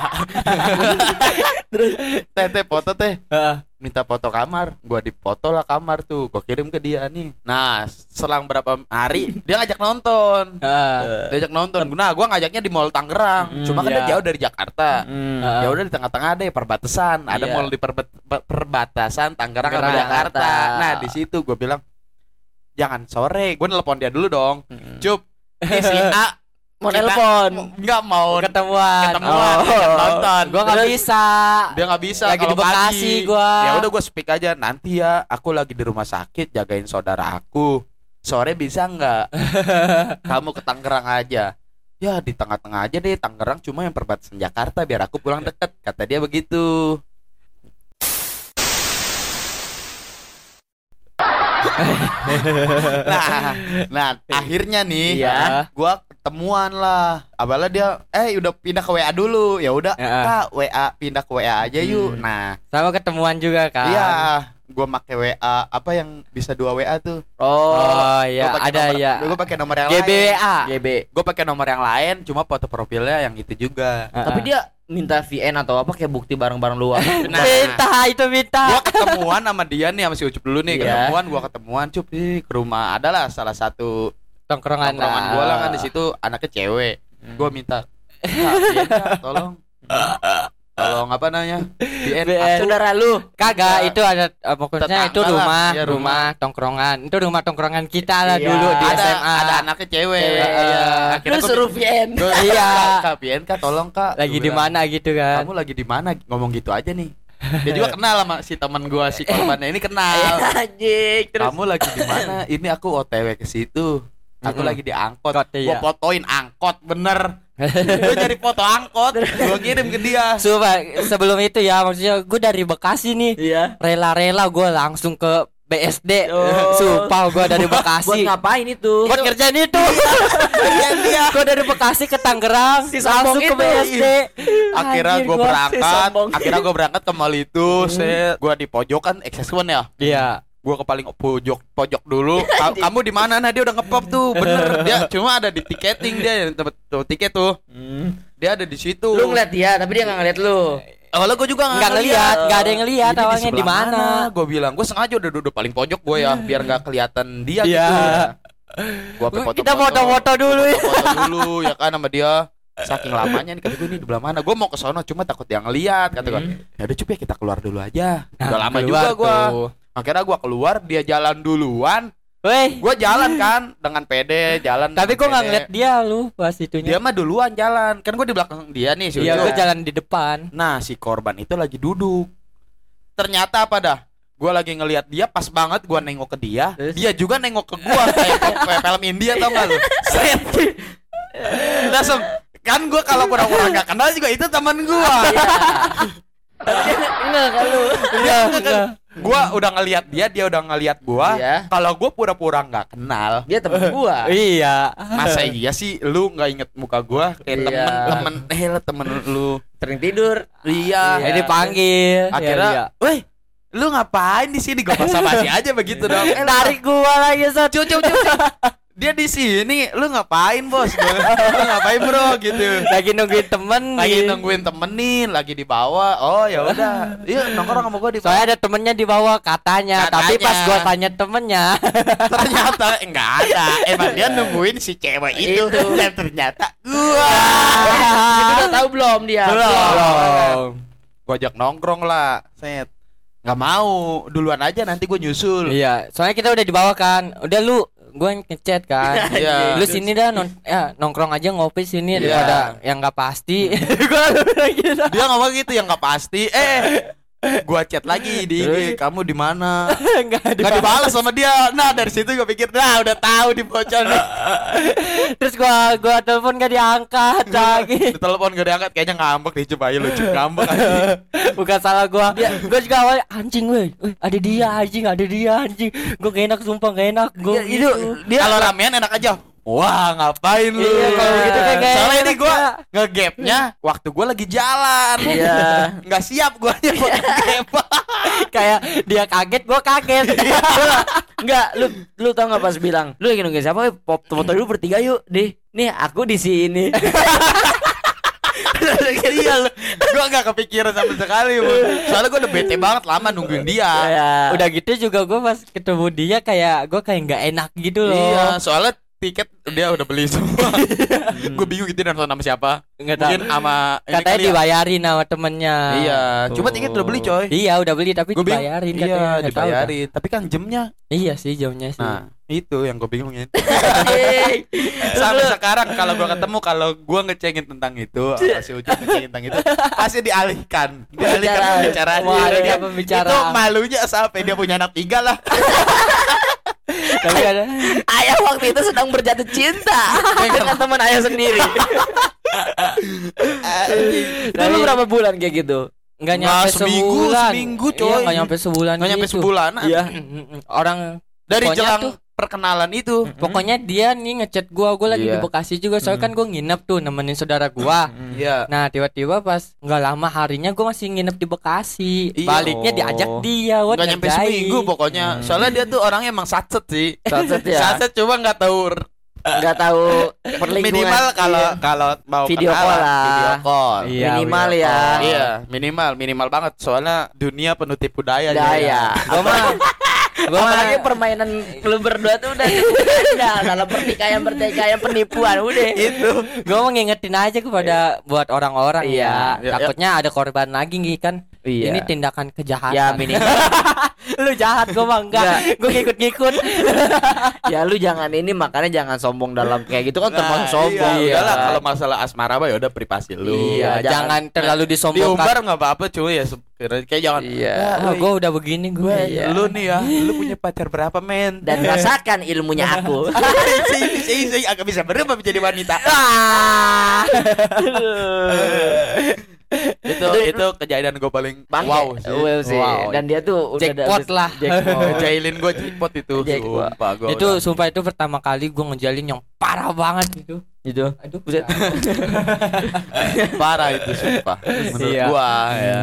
Speaker 3: teh teh foto teh
Speaker 2: Heeh.
Speaker 3: minta foto kamar gua dipoto lah kamar tuh gua kirim ke dia nih nah selang berapa hari dia ngajak nonton
Speaker 2: Heeh.
Speaker 3: dia ajak nonton nah gua ngajaknya di mall Tangerang
Speaker 1: Hmm,
Speaker 3: cuma kan
Speaker 2: iya.
Speaker 3: dia jauh dari Jakarta
Speaker 1: Hmm.
Speaker 2: Ah.
Speaker 3: ya udah di tengah-tengah deh perbatasan ada
Speaker 1: Iya.
Speaker 3: mall di perbe- per- perbatasan Tangerang sama
Speaker 1: Tangerang,
Speaker 3: Jakarta.
Speaker 1: Jakarta.
Speaker 3: nah di situ gue bilang jangan sore gue nelpon dia dulu dong
Speaker 1: Hmm.
Speaker 3: cup ini si A
Speaker 1: Mau
Speaker 3: kita-
Speaker 1: nelpon.
Speaker 3: nggak mau
Speaker 2: Ketemuan.
Speaker 3: ketemuan
Speaker 1: Oh.
Speaker 3: diajak nonton
Speaker 2: Gua nggak
Speaker 1: Terus-
Speaker 2: bisa.
Speaker 3: dia nggak bisa
Speaker 2: Lagi di
Speaker 3: kalau pagi.
Speaker 2: Bekasi gua.
Speaker 3: ya udah gue speak aja nanti ya aku lagi di rumah sakit jagain saudara aku sore bisa nggak kamu ke Tangerang aja ya di tengah-tengah aja deh Tangerang cuma yang perbatasan Jakarta biar aku pulang deket kata dia begitu nah, nah akhirnya nih
Speaker 2: Iya.
Speaker 3: gua ketemuan lah abalnya dia eh udah pindah ke WA dulu ya udah
Speaker 2: Iya.
Speaker 3: kak WA pindah ke WA aja yuk
Speaker 1: Hmm.
Speaker 3: nah
Speaker 2: Sama ketemuan juga kan.
Speaker 3: iya gua make WA apa yang bisa dua WA tuh
Speaker 1: Oh,
Speaker 2: Oh iya,
Speaker 3: Gua pakai
Speaker 2: ada
Speaker 3: nomor-
Speaker 2: ya.
Speaker 3: gua pakai nomor yang lain
Speaker 2: GBWA.
Speaker 1: GB.
Speaker 3: gua pakai nomor yang lain cuma foto profilnya yang itu juga
Speaker 1: Tapi dia minta VN atau apa kayak bukti barang-barang luar.
Speaker 3: Nah.
Speaker 2: minta itu minta.
Speaker 3: gua ketemuan sama dia nih sama si Ucup dulu nih
Speaker 1: Iya.
Speaker 3: ketemuan gua ketemuan cup ih, ke rumah adalah salah satu
Speaker 2: Tongkrongan
Speaker 3: tongkrongan gua lah kan di situ anaknya cewek
Speaker 2: Hmm.
Speaker 3: gua minta "Kak, iya, Kak, tolong tolong apa namanya BN
Speaker 2: BN.
Speaker 1: Saudara lu.
Speaker 2: Kagak itu ada eh, pokoknya
Speaker 3: Iya. Tetangga
Speaker 2: itu
Speaker 3: lah,
Speaker 2: rumah,
Speaker 3: iya,
Speaker 2: rumah,
Speaker 3: rumah.
Speaker 2: tongkrongan. Itu rumah tongkrongan kita lah
Speaker 1: Iya,
Speaker 2: dulu di
Speaker 3: ada
Speaker 2: SMA.
Speaker 3: ada anaknya cewek, iya.
Speaker 2: Cewek, eh,
Speaker 3: Akhirnya
Speaker 1: Lu
Speaker 3: gua
Speaker 1: suruh VN.
Speaker 3: Gua-
Speaker 2: Iya.
Speaker 3: Kak, Kak Bien, Kak, tolong Kak.
Speaker 2: lagi
Speaker 3: Gua
Speaker 2: di
Speaker 3: bilang,
Speaker 2: mana gitu kan.
Speaker 3: Kamu lagi di mana? Ngomong gitu aja nih. Dia juga kenal sama si teman gua si korbannya ini kenal.
Speaker 1: Anjing. Terus
Speaker 3: Kamu lagi di mana? Ini aku OTW ke situ. Aku
Speaker 2: Mm-mm.
Speaker 3: lagi di angkot.
Speaker 2: Angkot,
Speaker 3: Gua
Speaker 2: iya.
Speaker 3: fotoin angkot bener. Gua cari foto angkot, gua kirim ke dia.
Speaker 2: Sumpah, sebelum itu ya maksudnya gue dari Bekasi nih.
Speaker 1: iya.
Speaker 2: Rela-rela gue langsung ke BSD.
Speaker 1: Oh.
Speaker 2: Sumpah gue dari
Speaker 1: Buat
Speaker 2: Bekasi.
Speaker 1: ngapain itu?
Speaker 2: Buat kerjaan itu.
Speaker 3: Iya.
Speaker 2: gue dari Bekasi ke Tangerang,
Speaker 1: Si sombong
Speaker 2: langsung
Speaker 1: itu.
Speaker 2: ke BSD.
Speaker 3: Akhirnya
Speaker 2: Anjir,
Speaker 3: gua
Speaker 2: gua-
Speaker 3: berangkat,
Speaker 1: sombong.
Speaker 3: akhirnya gua berangkat ke mall itu, set. Gua di pojokan XS1 ya.
Speaker 2: Iya.
Speaker 3: gua ke paling pojok pojok dulu Ka- kamu di mana nah dia udah ngepop tuh bener dia cuma ada di tiketing dia yang tempat tuh, tiket tuh dia ada di situ
Speaker 1: Hmm. Lu ngeliat dia, tapi dia nggak ngeliat lu.
Speaker 3: awalnya gua juga
Speaker 2: Nggak ngeliat, nggak ada yang ngeliat
Speaker 3: Jadi
Speaker 2: awalnya di
Speaker 3: sebelah
Speaker 2: mana.
Speaker 3: gua bilang gua sengaja udah duduk paling pojok gua ya biar nggak kelihatan dia
Speaker 2: Iya.
Speaker 3: gitu ya. gua
Speaker 2: Gua- kita foto-foto dulu ya.
Speaker 3: foto dulu ya kan sama dia saking lamanya nih kata gua ini di belah mana gua mau ke sono cuma takut dia ngeliat kata gua ya udah cuy ya kita keluar dulu aja udah lama
Speaker 2: Hmm. Nah, Keluar
Speaker 3: juga gua
Speaker 2: tuh.
Speaker 3: akhirnya gua keluar dia jalan duluan
Speaker 2: Weh,
Speaker 3: Gue jalan kan dengan pede jalan.
Speaker 2: tapi gue
Speaker 3: gua
Speaker 2: nggak ngeliat dia lu pas itunya.
Speaker 3: Dia mah duluan jalan. Kan gue di belakang dia nih si
Speaker 2: Iya,
Speaker 3: Ucup.
Speaker 2: gue jalan di depan.
Speaker 3: Nah, si korban itu lagi duduk. Ternyata apa dah? Gue lagi ngelihat dia pas banget gue nengok ke dia.
Speaker 1: Terus?
Speaker 3: Dia juga nengok ke gue kayak, kayak film India tau gak lu? Set. Langsung kan gue kalau kurang-kurang gak kenal juga itu teman gue.
Speaker 1: Tapi dia nggak- nggak ke lu.
Speaker 2: Iya, iya.
Speaker 3: gue kan udah ngelihat dia, dia udah ngelihat gue.
Speaker 1: Iya.
Speaker 3: Kalau gue pura-pura nggak kenal,
Speaker 1: Dia temen gua.
Speaker 2: Iya.
Speaker 3: masa iya sih lu nggak inget muka gua
Speaker 1: Iya.
Speaker 3: kayak temen temen eh lah temen lu
Speaker 1: Sering tidur.
Speaker 3: iya
Speaker 2: Ini panggil.
Speaker 3: akhirnya weh Lu ngapain di sini? Gue basa-basi aja begitu dong. Eh, lu
Speaker 2: Tarik gua lagi Sat.
Speaker 3: Cuk, cuk, cuk, cuk. Dia di sini, lu ngapain bos? lu ngapain bro? Gitu.
Speaker 2: Lagi nungguin temen
Speaker 3: Lagi
Speaker 2: nih.
Speaker 3: nungguin temenin, lagi di bawah. Oh ya udah, yuk nongkrong sama gue di bawah.
Speaker 2: Soalnya ada temennya di bawah katanya,
Speaker 3: Katanya.
Speaker 2: Tapi pas gua tanya temennya
Speaker 3: ternyata enggak ada. Emang dia nungguin si cewek Iya. itu. Dan ternyata
Speaker 1: Itu
Speaker 2: Wah.
Speaker 1: udah tahu belum dia?
Speaker 3: Belum. Gue ajak nongkrong lah, set. Nggak mau, duluan aja nanti gue nyusul.
Speaker 2: Iya Soalnya kita udah di bawah kan Udah lu Gua yang ngechat kan
Speaker 3: Iya.
Speaker 2: Lu sini dah non ya, nongkrong aja ngopi sini
Speaker 3: Iya.
Speaker 2: daripada yang nggak pasti Gua lalu bilang gitu
Speaker 3: Dia ngomong gitu yang nggak pasti. Eh, gua chat lagi di IG, kamu di mana?
Speaker 2: Nggak
Speaker 3: Nggak dibalas sama dia. Nah dari situ gue pikir, nah udah tahu di bocor nih.
Speaker 2: Terus gua gua telepon gak diangkat lagi.
Speaker 3: Ditelepon gak diangkat, kayaknya ngambek deh coba aja lucu ngambek. anjing.
Speaker 2: Bukan salah gua. Gua juga awalnya anjing weh. Weh, Ada dia anjing, ada dia anjing. Gua gak enak sumpah gak enak. Gua
Speaker 1: itu
Speaker 2: gitu.
Speaker 1: dia
Speaker 3: Kalau ramean enak aja. Wah ngapain lu?
Speaker 2: Iya, kalau gitu kan kayak
Speaker 3: Soalnya ini
Speaker 2: enak
Speaker 3: gue
Speaker 2: ya.
Speaker 3: ngegapnya waktu gue lagi jalan.
Speaker 1: Iya.
Speaker 3: Nggak siap gue aja buat
Speaker 2: Iya.
Speaker 3: ngegap.
Speaker 2: kayak dia kaget, gua kaget.
Speaker 1: Enggak, Iya. lu lu tau nggak pas bilang, lu lagi nungguin siapa? "Eh, Pop foto dulu bertiga yuk, deh. Nih aku di sini.
Speaker 3: Iya lu, gue nggak kepikiran sama sekali. Bun.
Speaker 2: Iya.
Speaker 3: Soalnya gue udah bete banget lama nungguin dia.
Speaker 1: Ya.
Speaker 2: Udah gitu juga gua pas ketemu dia kayak gua kayak nggak enak gitu loh.
Speaker 3: Iya, soalnya tiket dia udah beli semua. gue bingung gitu nonton sama siapa.
Speaker 2: Nggak tahu.
Speaker 3: Mungkin sama ini
Speaker 2: Katanya
Speaker 3: kali ya.
Speaker 2: dibayarin sama temennya
Speaker 3: Iya, cuma
Speaker 1: Tuh.
Speaker 3: tiket udah beli coy.
Speaker 2: Oh. Iya udah beli tapi
Speaker 3: Gua bingung. Iya,
Speaker 2: dibayarin katanya Nggak tahu dah.
Speaker 3: dibayarin. Tapi kan jamnya.
Speaker 2: Iya sih jamnya sih
Speaker 3: Nah, itu yang gue bingungin.
Speaker 1: Anjing.
Speaker 3: sampai sekarang kalau gua ketemu kalau gua ngecengin tentang itu si Ucu ngecengin tentang itu pasti dialihkan dialihkan
Speaker 1: Pembicaraan.
Speaker 3: pembicaraan
Speaker 2: Wah, ada
Speaker 3: Dia-
Speaker 2: pembicaraan.
Speaker 3: itu malunya sampai dia punya anak tiga lah
Speaker 2: Tapi ada
Speaker 1: Ayah waktu itu sedang berjatuh cinta dengan kan teman ayah sendiri. Itu lu
Speaker 2: Tapi-
Speaker 1: berapa bulan kayak gitu?
Speaker 2: Nggak
Speaker 3: Nggak,
Speaker 2: nyampe
Speaker 3: seminggu,
Speaker 2: sebulan
Speaker 3: seminggu,
Speaker 2: Iya
Speaker 3: coy.
Speaker 2: nggak nyampe sebulan
Speaker 3: nggak nyampe
Speaker 2: gitu. mm,
Speaker 3: sebulan
Speaker 1: Iya.
Speaker 2: Orang
Speaker 3: dari
Speaker 2: Pokoknya
Speaker 3: jelang
Speaker 2: tuh- Hmm.
Speaker 3: perkenalan itu
Speaker 2: Pokoknya dia nih ngechat gua, gua lagi di
Speaker 3: Iya.
Speaker 2: Bekasi juga soalnya kan gua nginep tuh nemenin saudara gua.
Speaker 3: iya
Speaker 2: Nah, tiba-tiba pas nggak lama harinya gua masih nginep di Bekasi.
Speaker 3: Iya.
Speaker 2: Baliknya
Speaker 3: Oh.
Speaker 2: diajak dia buat
Speaker 3: nggak nyampe
Speaker 2: ngerjain.
Speaker 3: seminggu
Speaker 2: Hmm.
Speaker 3: pokoknya soalnya dia tuh orangnya emang satset sih
Speaker 1: Satset ya.
Speaker 3: satset cuma nggak tahu r-
Speaker 1: Enggak tahu perlingkungan.
Speaker 3: minimal kalau kalau mau
Speaker 1: Video
Speaker 3: kenalan,
Speaker 1: call lah.
Speaker 3: video call
Speaker 2: Iya.
Speaker 1: minimal
Speaker 2: video
Speaker 1: ya.
Speaker 2: call.
Speaker 3: Iya, minimal minimal banget soalnya dunia penuh tipu daya ya.
Speaker 1: Daya.
Speaker 2: Gua mah gua mah
Speaker 1: ya. Apalagi permainan lu berdua tuh udah udah dalam pernikahan pertikaian penipuan udah.
Speaker 3: itu
Speaker 2: gua mau ngingetin aja kepada buat orang-orang
Speaker 1: Iya.
Speaker 3: Iya,
Speaker 2: ya. Takutnya ada korban lagi nih kan.
Speaker 1: Iya.
Speaker 2: Ini tindakan kejahatan.
Speaker 1: Ya minimal
Speaker 2: Lu jahat gua mah enggak. gua ngikut-ngikut.
Speaker 1: ya lu jangan ini makanya jangan sombong dalam kayak gitu kan termasuk
Speaker 3: Nah,
Speaker 1: sombong
Speaker 3: iya, udahlah
Speaker 1: kan?
Speaker 3: kalau masalah asmara mah ya udah privasi lu
Speaker 2: iya,
Speaker 1: jangan-
Speaker 2: jangan terlalu disombongkan.
Speaker 3: diumbar nggak apa-apa cuy ya se- kayak jangan
Speaker 1: Iya.
Speaker 2: Ah, gua Iya. udah begini gua.
Speaker 3: "Ya, lu nih ya lu punya pacar berapa men
Speaker 1: dan rasakan ilmunya aku
Speaker 3: sih sih sih agak bisa berubah menjadi wanita itu itu kejadian gue paling
Speaker 1: Bangke.
Speaker 3: wow sih
Speaker 1: Wow sih. dan dia tuh udah
Speaker 2: Jackpot
Speaker 1: udah-
Speaker 2: lah.
Speaker 1: jackpot.
Speaker 3: Jailin gue jackpot itu
Speaker 1: Jackpot.
Speaker 3: Sumpah, gua
Speaker 2: itu
Speaker 3: udah-
Speaker 2: sumpah itu pertama kali gue ngejalin yang parah banget gitu
Speaker 1: gitu
Speaker 2: aduh
Speaker 1: Buset.
Speaker 3: parah itu sumpah menurut
Speaker 2: Iya.
Speaker 3: gua ya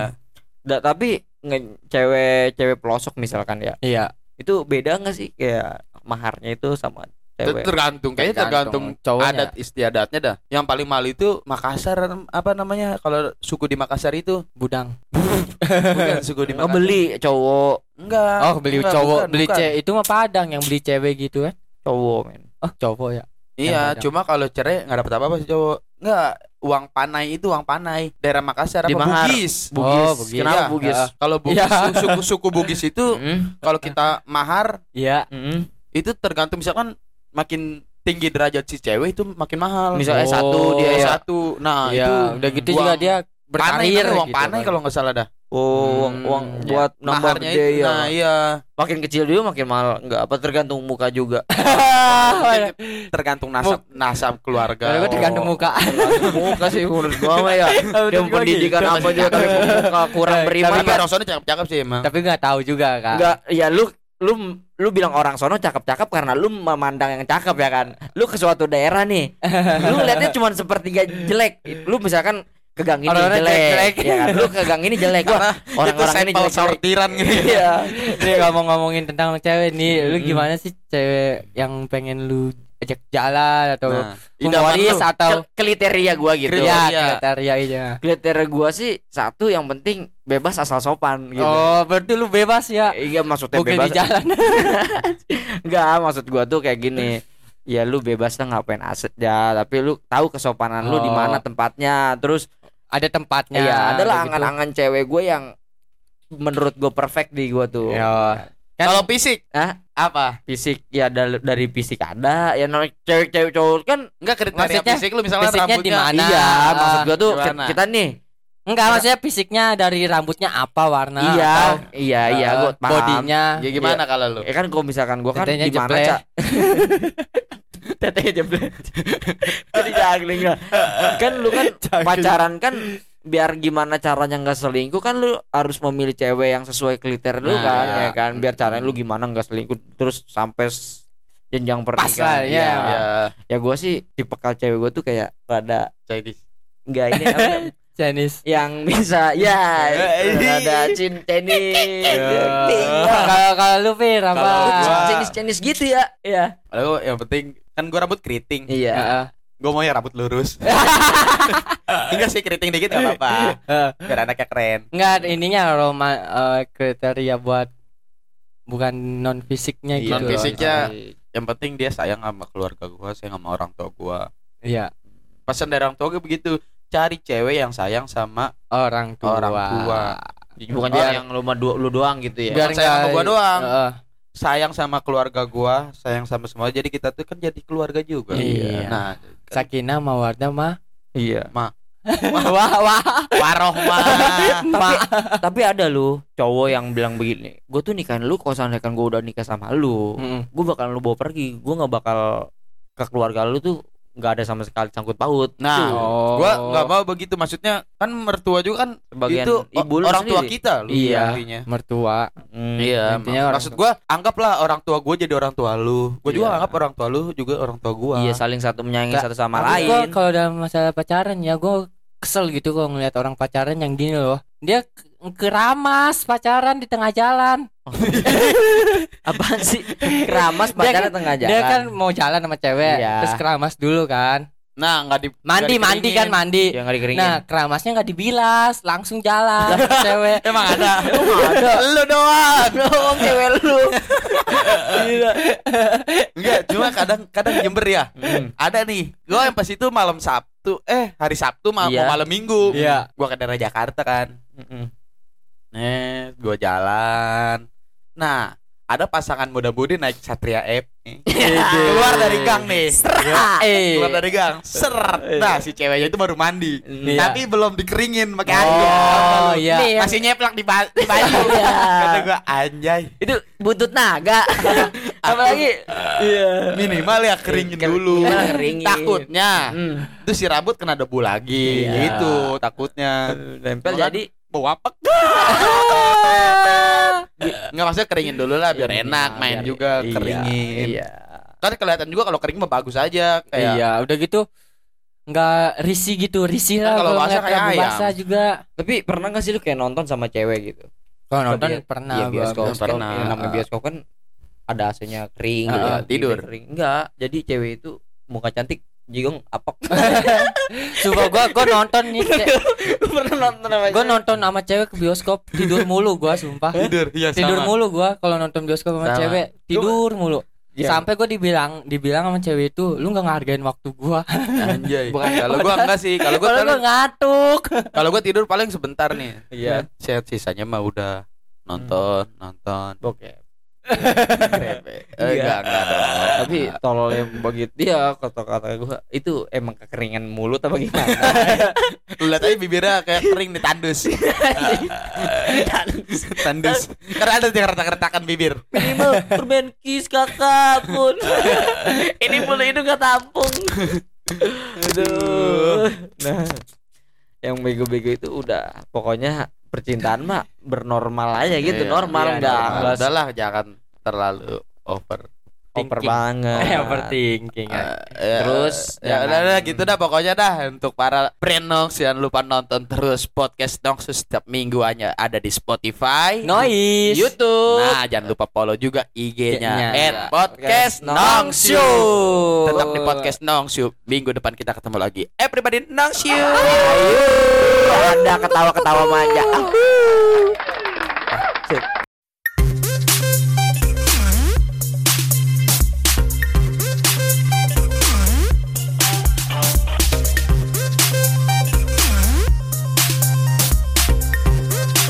Speaker 1: Nah, tapi nge- cewek cewek pelosok misalkan ya
Speaker 2: iya
Speaker 1: itu beda nggak sih kayak maharnya itu sama
Speaker 3: Itu
Speaker 1: cewek
Speaker 3: tergantung kayaknya tergantung,
Speaker 2: Tergantung cowoknya.
Speaker 3: adat istiadatnya dah yang paling mahal itu Makassar apa namanya kalau suku di Makassar itu
Speaker 2: budang
Speaker 3: bukan suku di
Speaker 1: nggak
Speaker 3: Makassar
Speaker 1: beli cowok
Speaker 3: enggak
Speaker 2: oh beli
Speaker 3: enggak,
Speaker 2: cowok
Speaker 3: bukan,
Speaker 2: beli
Speaker 3: bukan.
Speaker 2: cewek itu mah padang yang beli cewek gitu kan
Speaker 1: cowok men
Speaker 2: oh cowok ya
Speaker 3: iya
Speaker 2: Yang ada.
Speaker 3: cuma kalau cerai nggak dapat apa apa sih cowok enggak uang panai itu uang panai daerah Makassar
Speaker 1: Di
Speaker 3: apa
Speaker 1: Mahar.
Speaker 3: Bugis
Speaker 2: Bugis. Hmm.
Speaker 3: Iya,
Speaker 1: kenapa bugis
Speaker 3: heeh. kalau Bugis
Speaker 2: Iya.
Speaker 3: su- suku-suku Bugis itu
Speaker 1: Mm,
Speaker 3: kalau kita mahar
Speaker 2: iya
Speaker 1: mm.
Speaker 3: itu tergantung misalkan makin tinggi derajat si cewek itu makin mahal
Speaker 1: misalnya
Speaker 2: Oh,
Speaker 1: satu dia
Speaker 3: Iya,
Speaker 1: ya
Speaker 3: satu nah
Speaker 2: iya
Speaker 3: itu
Speaker 2: udah gitu
Speaker 3: uang
Speaker 2: juga dia
Speaker 3: panai
Speaker 2: berkarir
Speaker 3: kan, uang
Speaker 2: gitu
Speaker 3: panai
Speaker 2: kan.
Speaker 3: kalau nggak salah dah
Speaker 1: oh uang
Speaker 2: Hmm,
Speaker 1: uang
Speaker 2: iya.
Speaker 1: buat nambah
Speaker 3: Maharnya
Speaker 1: gede
Speaker 3: itu,
Speaker 1: ya
Speaker 3: nah iya
Speaker 1: makin kecil dia makin mahal nggak apa tergantung muka juga
Speaker 2: Waduh,
Speaker 3: tergantung nasab nasab keluarga
Speaker 2: gua tergantung muka
Speaker 1: muka sih menurut gua mah ya dia
Speaker 2: Menurut gua
Speaker 1: pendidikan
Speaker 2: gitu.
Speaker 1: apa juga tapi muka kurang
Speaker 2: Tapi
Speaker 1: beriman
Speaker 3: tapi
Speaker 1: ya.
Speaker 3: Rosono cakep cakep sih emang
Speaker 2: tapi nggak tahu juga kan
Speaker 1: Enggak, ya lu lu lu bilang orang sono cakep-cakep karena lu memandang yang cakep ya kan. Lu ke suatu daerah nih, lu lihatnya cuma sepertiga jelek. Lu misalkan ke gang ini
Speaker 2: Orang-orang
Speaker 1: jelek,
Speaker 2: jelek-jelek.
Speaker 1: Ya kan? lu ke gang ini jelek wah orang-orang
Speaker 3: Orang-orang
Speaker 1: ini
Speaker 3: sampel
Speaker 1: jelek, jelek.
Speaker 3: sortiran gitu.
Speaker 1: iya
Speaker 2: Nih ngomong-ngomongin tentang cewek nih, lu
Speaker 1: Mm.
Speaker 2: gimana sih cewek yang pengen lu ajak jalan atau
Speaker 3: Nah, idaman lu.
Speaker 2: pewaris atau
Speaker 1: Ke- kriteria gua gitu
Speaker 3: Kriteria.
Speaker 2: ya kriteria aja.
Speaker 1: kriteria gua sih satu yang penting bebas asal sopan gitu
Speaker 2: Oh, berarti lu bebas ya.
Speaker 1: Iya maksudnya
Speaker 2: Oke di
Speaker 1: bebas
Speaker 2: jalan.
Speaker 1: Enggak maksud gua tuh kayak gini Ya lu bebas lah ngapain aset ya Tapi lu tahu kesopanan lu di
Speaker 2: Oh.
Speaker 1: mana tempatnya Terus
Speaker 2: Ada tempatnya.
Speaker 1: ya adalah
Speaker 2: kayak gitu.
Speaker 1: angan-angan cewek gue yang Menurut gue perfect di gua tuh
Speaker 2: Ya.
Speaker 3: Iya.
Speaker 2: Kan
Speaker 3: Kalau fisik
Speaker 1: Hah?
Speaker 3: apa?
Speaker 1: Fisik ya dal- dari fisik ada Ya namanya cewek-cewek cowok kan
Speaker 3: Enggak kriteria
Speaker 2: Maksudnya,
Speaker 3: fisik lu misalnya
Speaker 2: fisiknya di
Speaker 3: rambutnya.
Speaker 2: mana? Nah,
Speaker 1: Iya maksud gua tuh ki-
Speaker 3: gimana?
Speaker 1: kita nih
Speaker 2: enggak maksudnya fisiknya dari rambutnya apa warna
Speaker 1: Iya
Speaker 2: atau,
Speaker 1: iya iya
Speaker 2: eh,
Speaker 1: gue paham
Speaker 2: bodinya.
Speaker 3: Ya gimana
Speaker 2: Iya.
Speaker 3: kalau lu?
Speaker 1: Ya kan kalau misalkan gua kan
Speaker 2: Tetenya
Speaker 1: di mana
Speaker 2: jeblek.
Speaker 1: Cak? Tetenya jeblek. Jadi jagling lah. Kan lu kan pacaran kan biar gimana caranya nggak selingkuh kan lu harus memilih cewek yang sesuai kriteria lu
Speaker 3: Nah,
Speaker 1: kan
Speaker 3: iya.
Speaker 1: ya kan biar caranya lu gimana nggak selingkuh terus sampai s- jenjang pernikahan.
Speaker 2: lah,
Speaker 1: Iya.
Speaker 2: iya.
Speaker 1: ya.
Speaker 3: Ya,
Speaker 1: gua sih tipe kal cewek gua tuh kayak rada
Speaker 3: Chinese.
Speaker 1: enggak ini apa ya,
Speaker 2: Jenis.
Speaker 1: yang bisa ya rada cinceni.
Speaker 2: Kalau kalau lu Fir apa?
Speaker 3: Kalau gua-
Speaker 1: Jenis-jenis gitu ya. Iya.
Speaker 3: Lalu yang penting kan gua rambut keriting.
Speaker 1: Iya.
Speaker 2: Heeh.
Speaker 3: Gue mau ya rambut lurus. Enggak sih keriting dikit enggak apa-apa.
Speaker 2: Heeh.
Speaker 3: Biar anaknya keren.
Speaker 2: Enggak ininya Roma eh, kriteria buat bukan non fisiknya
Speaker 3: Iya,
Speaker 2: gitu.
Speaker 3: non fisiknya. Yang penting dia sayang sama keluarga gua, sayang sama orang tua gua.
Speaker 2: Iya,
Speaker 3: Pesan dari orang tua gue begitu, cari cewek yang sayang sama
Speaker 2: orang tua.
Speaker 3: orang tua.
Speaker 1: bukan
Speaker 3: Biar-
Speaker 1: dia yang lu, sama dua- lu doang gitu ya.
Speaker 2: Biar
Speaker 3: Jangan sayang sama
Speaker 2: nggak-
Speaker 3: gua doang.
Speaker 2: Heeh.
Speaker 3: Sayang sama keluarga gua, sayang sama semua. Jadi kita tuh kan jadi keluarga juga.
Speaker 2: Iya.
Speaker 3: Nah,
Speaker 2: Sakinah Mawardah mah.
Speaker 1: Iya.
Speaker 2: Wah, wah.
Speaker 3: waroh Ah,
Speaker 1: Tapi tapi ada lu cowok yang bilang begini, gue tuh nikahin lu kalau seandainya gue udah nikah sama lu,
Speaker 2: Hmm.
Speaker 1: gue bakal lu bawa pergi, gue nggak bakal ke keluarga lu tuh nggak ada sama sekali sangkut paut.
Speaker 3: Nah,
Speaker 1: Tuh,
Speaker 2: Oh.
Speaker 3: Gua nggak mau begitu maksudnya kan mertua juga kan
Speaker 1: sebagian
Speaker 3: itu
Speaker 1: ibu
Speaker 3: o-
Speaker 1: lu
Speaker 3: orang tua
Speaker 1: sendiri.
Speaker 3: kita lu
Speaker 2: Iya.
Speaker 3: artinya.
Speaker 2: mertua.
Speaker 1: Hmm.
Speaker 3: Iya,
Speaker 2: Intinya
Speaker 3: mak-
Speaker 2: orang
Speaker 3: maksud gua anggaplah orang tua gua jadi orang tua lu. Gua juga
Speaker 1: Iya.
Speaker 3: anggap orang tua lu juga orang tua gua.
Speaker 1: Iya, saling satu menyayangi
Speaker 2: Nggak,
Speaker 1: satu sama
Speaker 2: Tapi
Speaker 1: lain.
Speaker 2: gua kalau dalam masalah pacaran ya gua kesel gitu kalau ngeliat orang pacaran yang gini loh. Dia ke- keramas pacaran di tengah jalan.
Speaker 1: Apaan sih? Keramas pacaran
Speaker 2: kan-
Speaker 1: tengah jalan.
Speaker 2: Dia kan mau jalan sama cewek,
Speaker 1: Iya.
Speaker 2: terus keramas dulu kan.
Speaker 3: Nah, nggak di
Speaker 2: Mandi
Speaker 3: nggak
Speaker 2: mandi kan
Speaker 3: dikeringin.
Speaker 2: mandi.
Speaker 1: yang Iya, nggak dikeringin.
Speaker 2: Nah, keramasnya nggak dibilas, langsung jalan cewek.
Speaker 3: Emang ada.
Speaker 1: ada.
Speaker 3: lu doang.
Speaker 1: Dong cewek lu.
Speaker 3: Enggak, cuma kadang kadang jember ya.
Speaker 1: Hmm.
Speaker 3: Ada nih. Gua yang pas itu malam Sabtu eh hari Sabtu mal
Speaker 1: Iya.
Speaker 3: mau malam Minggu.
Speaker 2: Iya.
Speaker 3: Gua ke daerah Jakarta kan.
Speaker 1: Mm-mm.
Speaker 3: Eh, gua jalan. Nah, ada pasangan muda-mudi naik Satria F nih.
Speaker 1: Iya.
Speaker 3: keluar dari gang nih
Speaker 2: Eh.
Speaker 3: keluar dari gang ser nah si ceweknya itu baru mandi
Speaker 1: Iya.
Speaker 3: tapi belum dikeringin pakai
Speaker 2: Oh,
Speaker 3: air
Speaker 2: iya.
Speaker 3: Nih, masih nyeplak di, ba- di baju
Speaker 1: Iya.
Speaker 3: kata gua anjay
Speaker 1: Itu buntut naga. Apalagi iya.
Speaker 3: minimal ya keringin
Speaker 1: Ker-
Speaker 3: dulu
Speaker 1: minimal keringin.
Speaker 3: takutnya
Speaker 1: Hmm.
Speaker 3: itu si rambut kena debu lagi
Speaker 1: Iya.
Speaker 3: itu takutnya
Speaker 1: Nempel
Speaker 3: Makan.
Speaker 1: jadi
Speaker 3: bau apa Iya. nggak maksudnya keringin dulu lah biar enak main
Speaker 1: biar-
Speaker 3: juga
Speaker 1: iya,
Speaker 3: keringin
Speaker 1: Iya.
Speaker 3: kan kelihatan juga kalau kering mah bagus aja kayak
Speaker 2: Iya, udah gitu nggak risih gitu, risih
Speaker 3: Kan
Speaker 2: lah
Speaker 3: kalau
Speaker 2: kalau
Speaker 3: basah
Speaker 2: ngeliat
Speaker 3: kayak
Speaker 2: rambut
Speaker 3: ayam.
Speaker 2: basah juga.
Speaker 1: Tapi pernah gak sih lu kayak nonton sama cewek gitu?
Speaker 2: Kalau nonton
Speaker 1: Iya,
Speaker 2: pernah
Speaker 1: Iya
Speaker 2: gua,
Speaker 1: bioskop,
Speaker 2: bioskop.
Speaker 1: pernah.
Speaker 3: pernah.
Speaker 1: Yang namanya bioskop kan ada AC-nya kering
Speaker 3: Ah,
Speaker 1: gitu ya,
Speaker 3: ah, tidur.
Speaker 1: TV Kering. Enggak, jadi cewek itu muka cantik jigong apok.
Speaker 2: Coba gua gua nonton nih. ce-
Speaker 1: Lu pernah nonton sama
Speaker 2: Gua nonton sama cewek ke bioskop tidur mulu gua sumpah.
Speaker 3: tidur iya sama.
Speaker 2: Tidur mulu gua kalau nonton bioskop sama
Speaker 3: Sama.
Speaker 2: cewek, tidur mulu.
Speaker 1: Iya.
Speaker 2: Sampai gua dibilang dibilang sama cewek itu lu nggak ngehargain waktu gua.
Speaker 3: Anjay. kalau gua enggak sih. Kalau gua
Speaker 2: Kalau gua
Speaker 3: paling-
Speaker 2: ngatuk.
Speaker 3: kalau gua tidur paling sebentar nih.
Speaker 1: Iya.
Speaker 3: Sehat sisanya mah udah nonton, nonton.
Speaker 1: Oke.
Speaker 3: grepe.
Speaker 1: Iya.
Speaker 3: Eh, enggak, enggak dong.
Speaker 1: Tapi tololnya begitu ya kata-kata gua itu emang kekeringan mulut apa gimana?
Speaker 3: Lu lihat aja bibirnya kayak kering nih tandus. tandus. tandus. Karena ada yang retak-retakan bibir.
Speaker 1: Minimal permen kis kakak pun. Ini mulu itu gak tampung. Aduh. Nah, yang bego-bego itu udah pokoknya percintaan mah bernormal aja gitu,
Speaker 3: Iya,
Speaker 1: normal
Speaker 2: iya,
Speaker 1: enggak
Speaker 3: Udahlah jangan terlalu over.
Speaker 1: over
Speaker 2: Overthinking.
Speaker 1: banget
Speaker 2: overthinking ya.
Speaker 3: Eh,
Speaker 1: Terus,
Speaker 3: ya
Speaker 1: jangan-
Speaker 3: udah udah, gitu dah pokoknya dah untuk para brand Nox jangan lupa nonton terus podcast Nox setiap minggu hanya ada di Spotify,
Speaker 2: Noise.
Speaker 1: YouTube
Speaker 3: Nah, jangan lupa follow juga IG-nya
Speaker 2: Iya.
Speaker 3: at podcast Nongsu. Tetap di podcast Nongsu. Minggu depan kita ketemu lagi. Eh, Everybody Nongsu.
Speaker 1: Ayo, ada ketawa-ketawa manja. Ah, sip.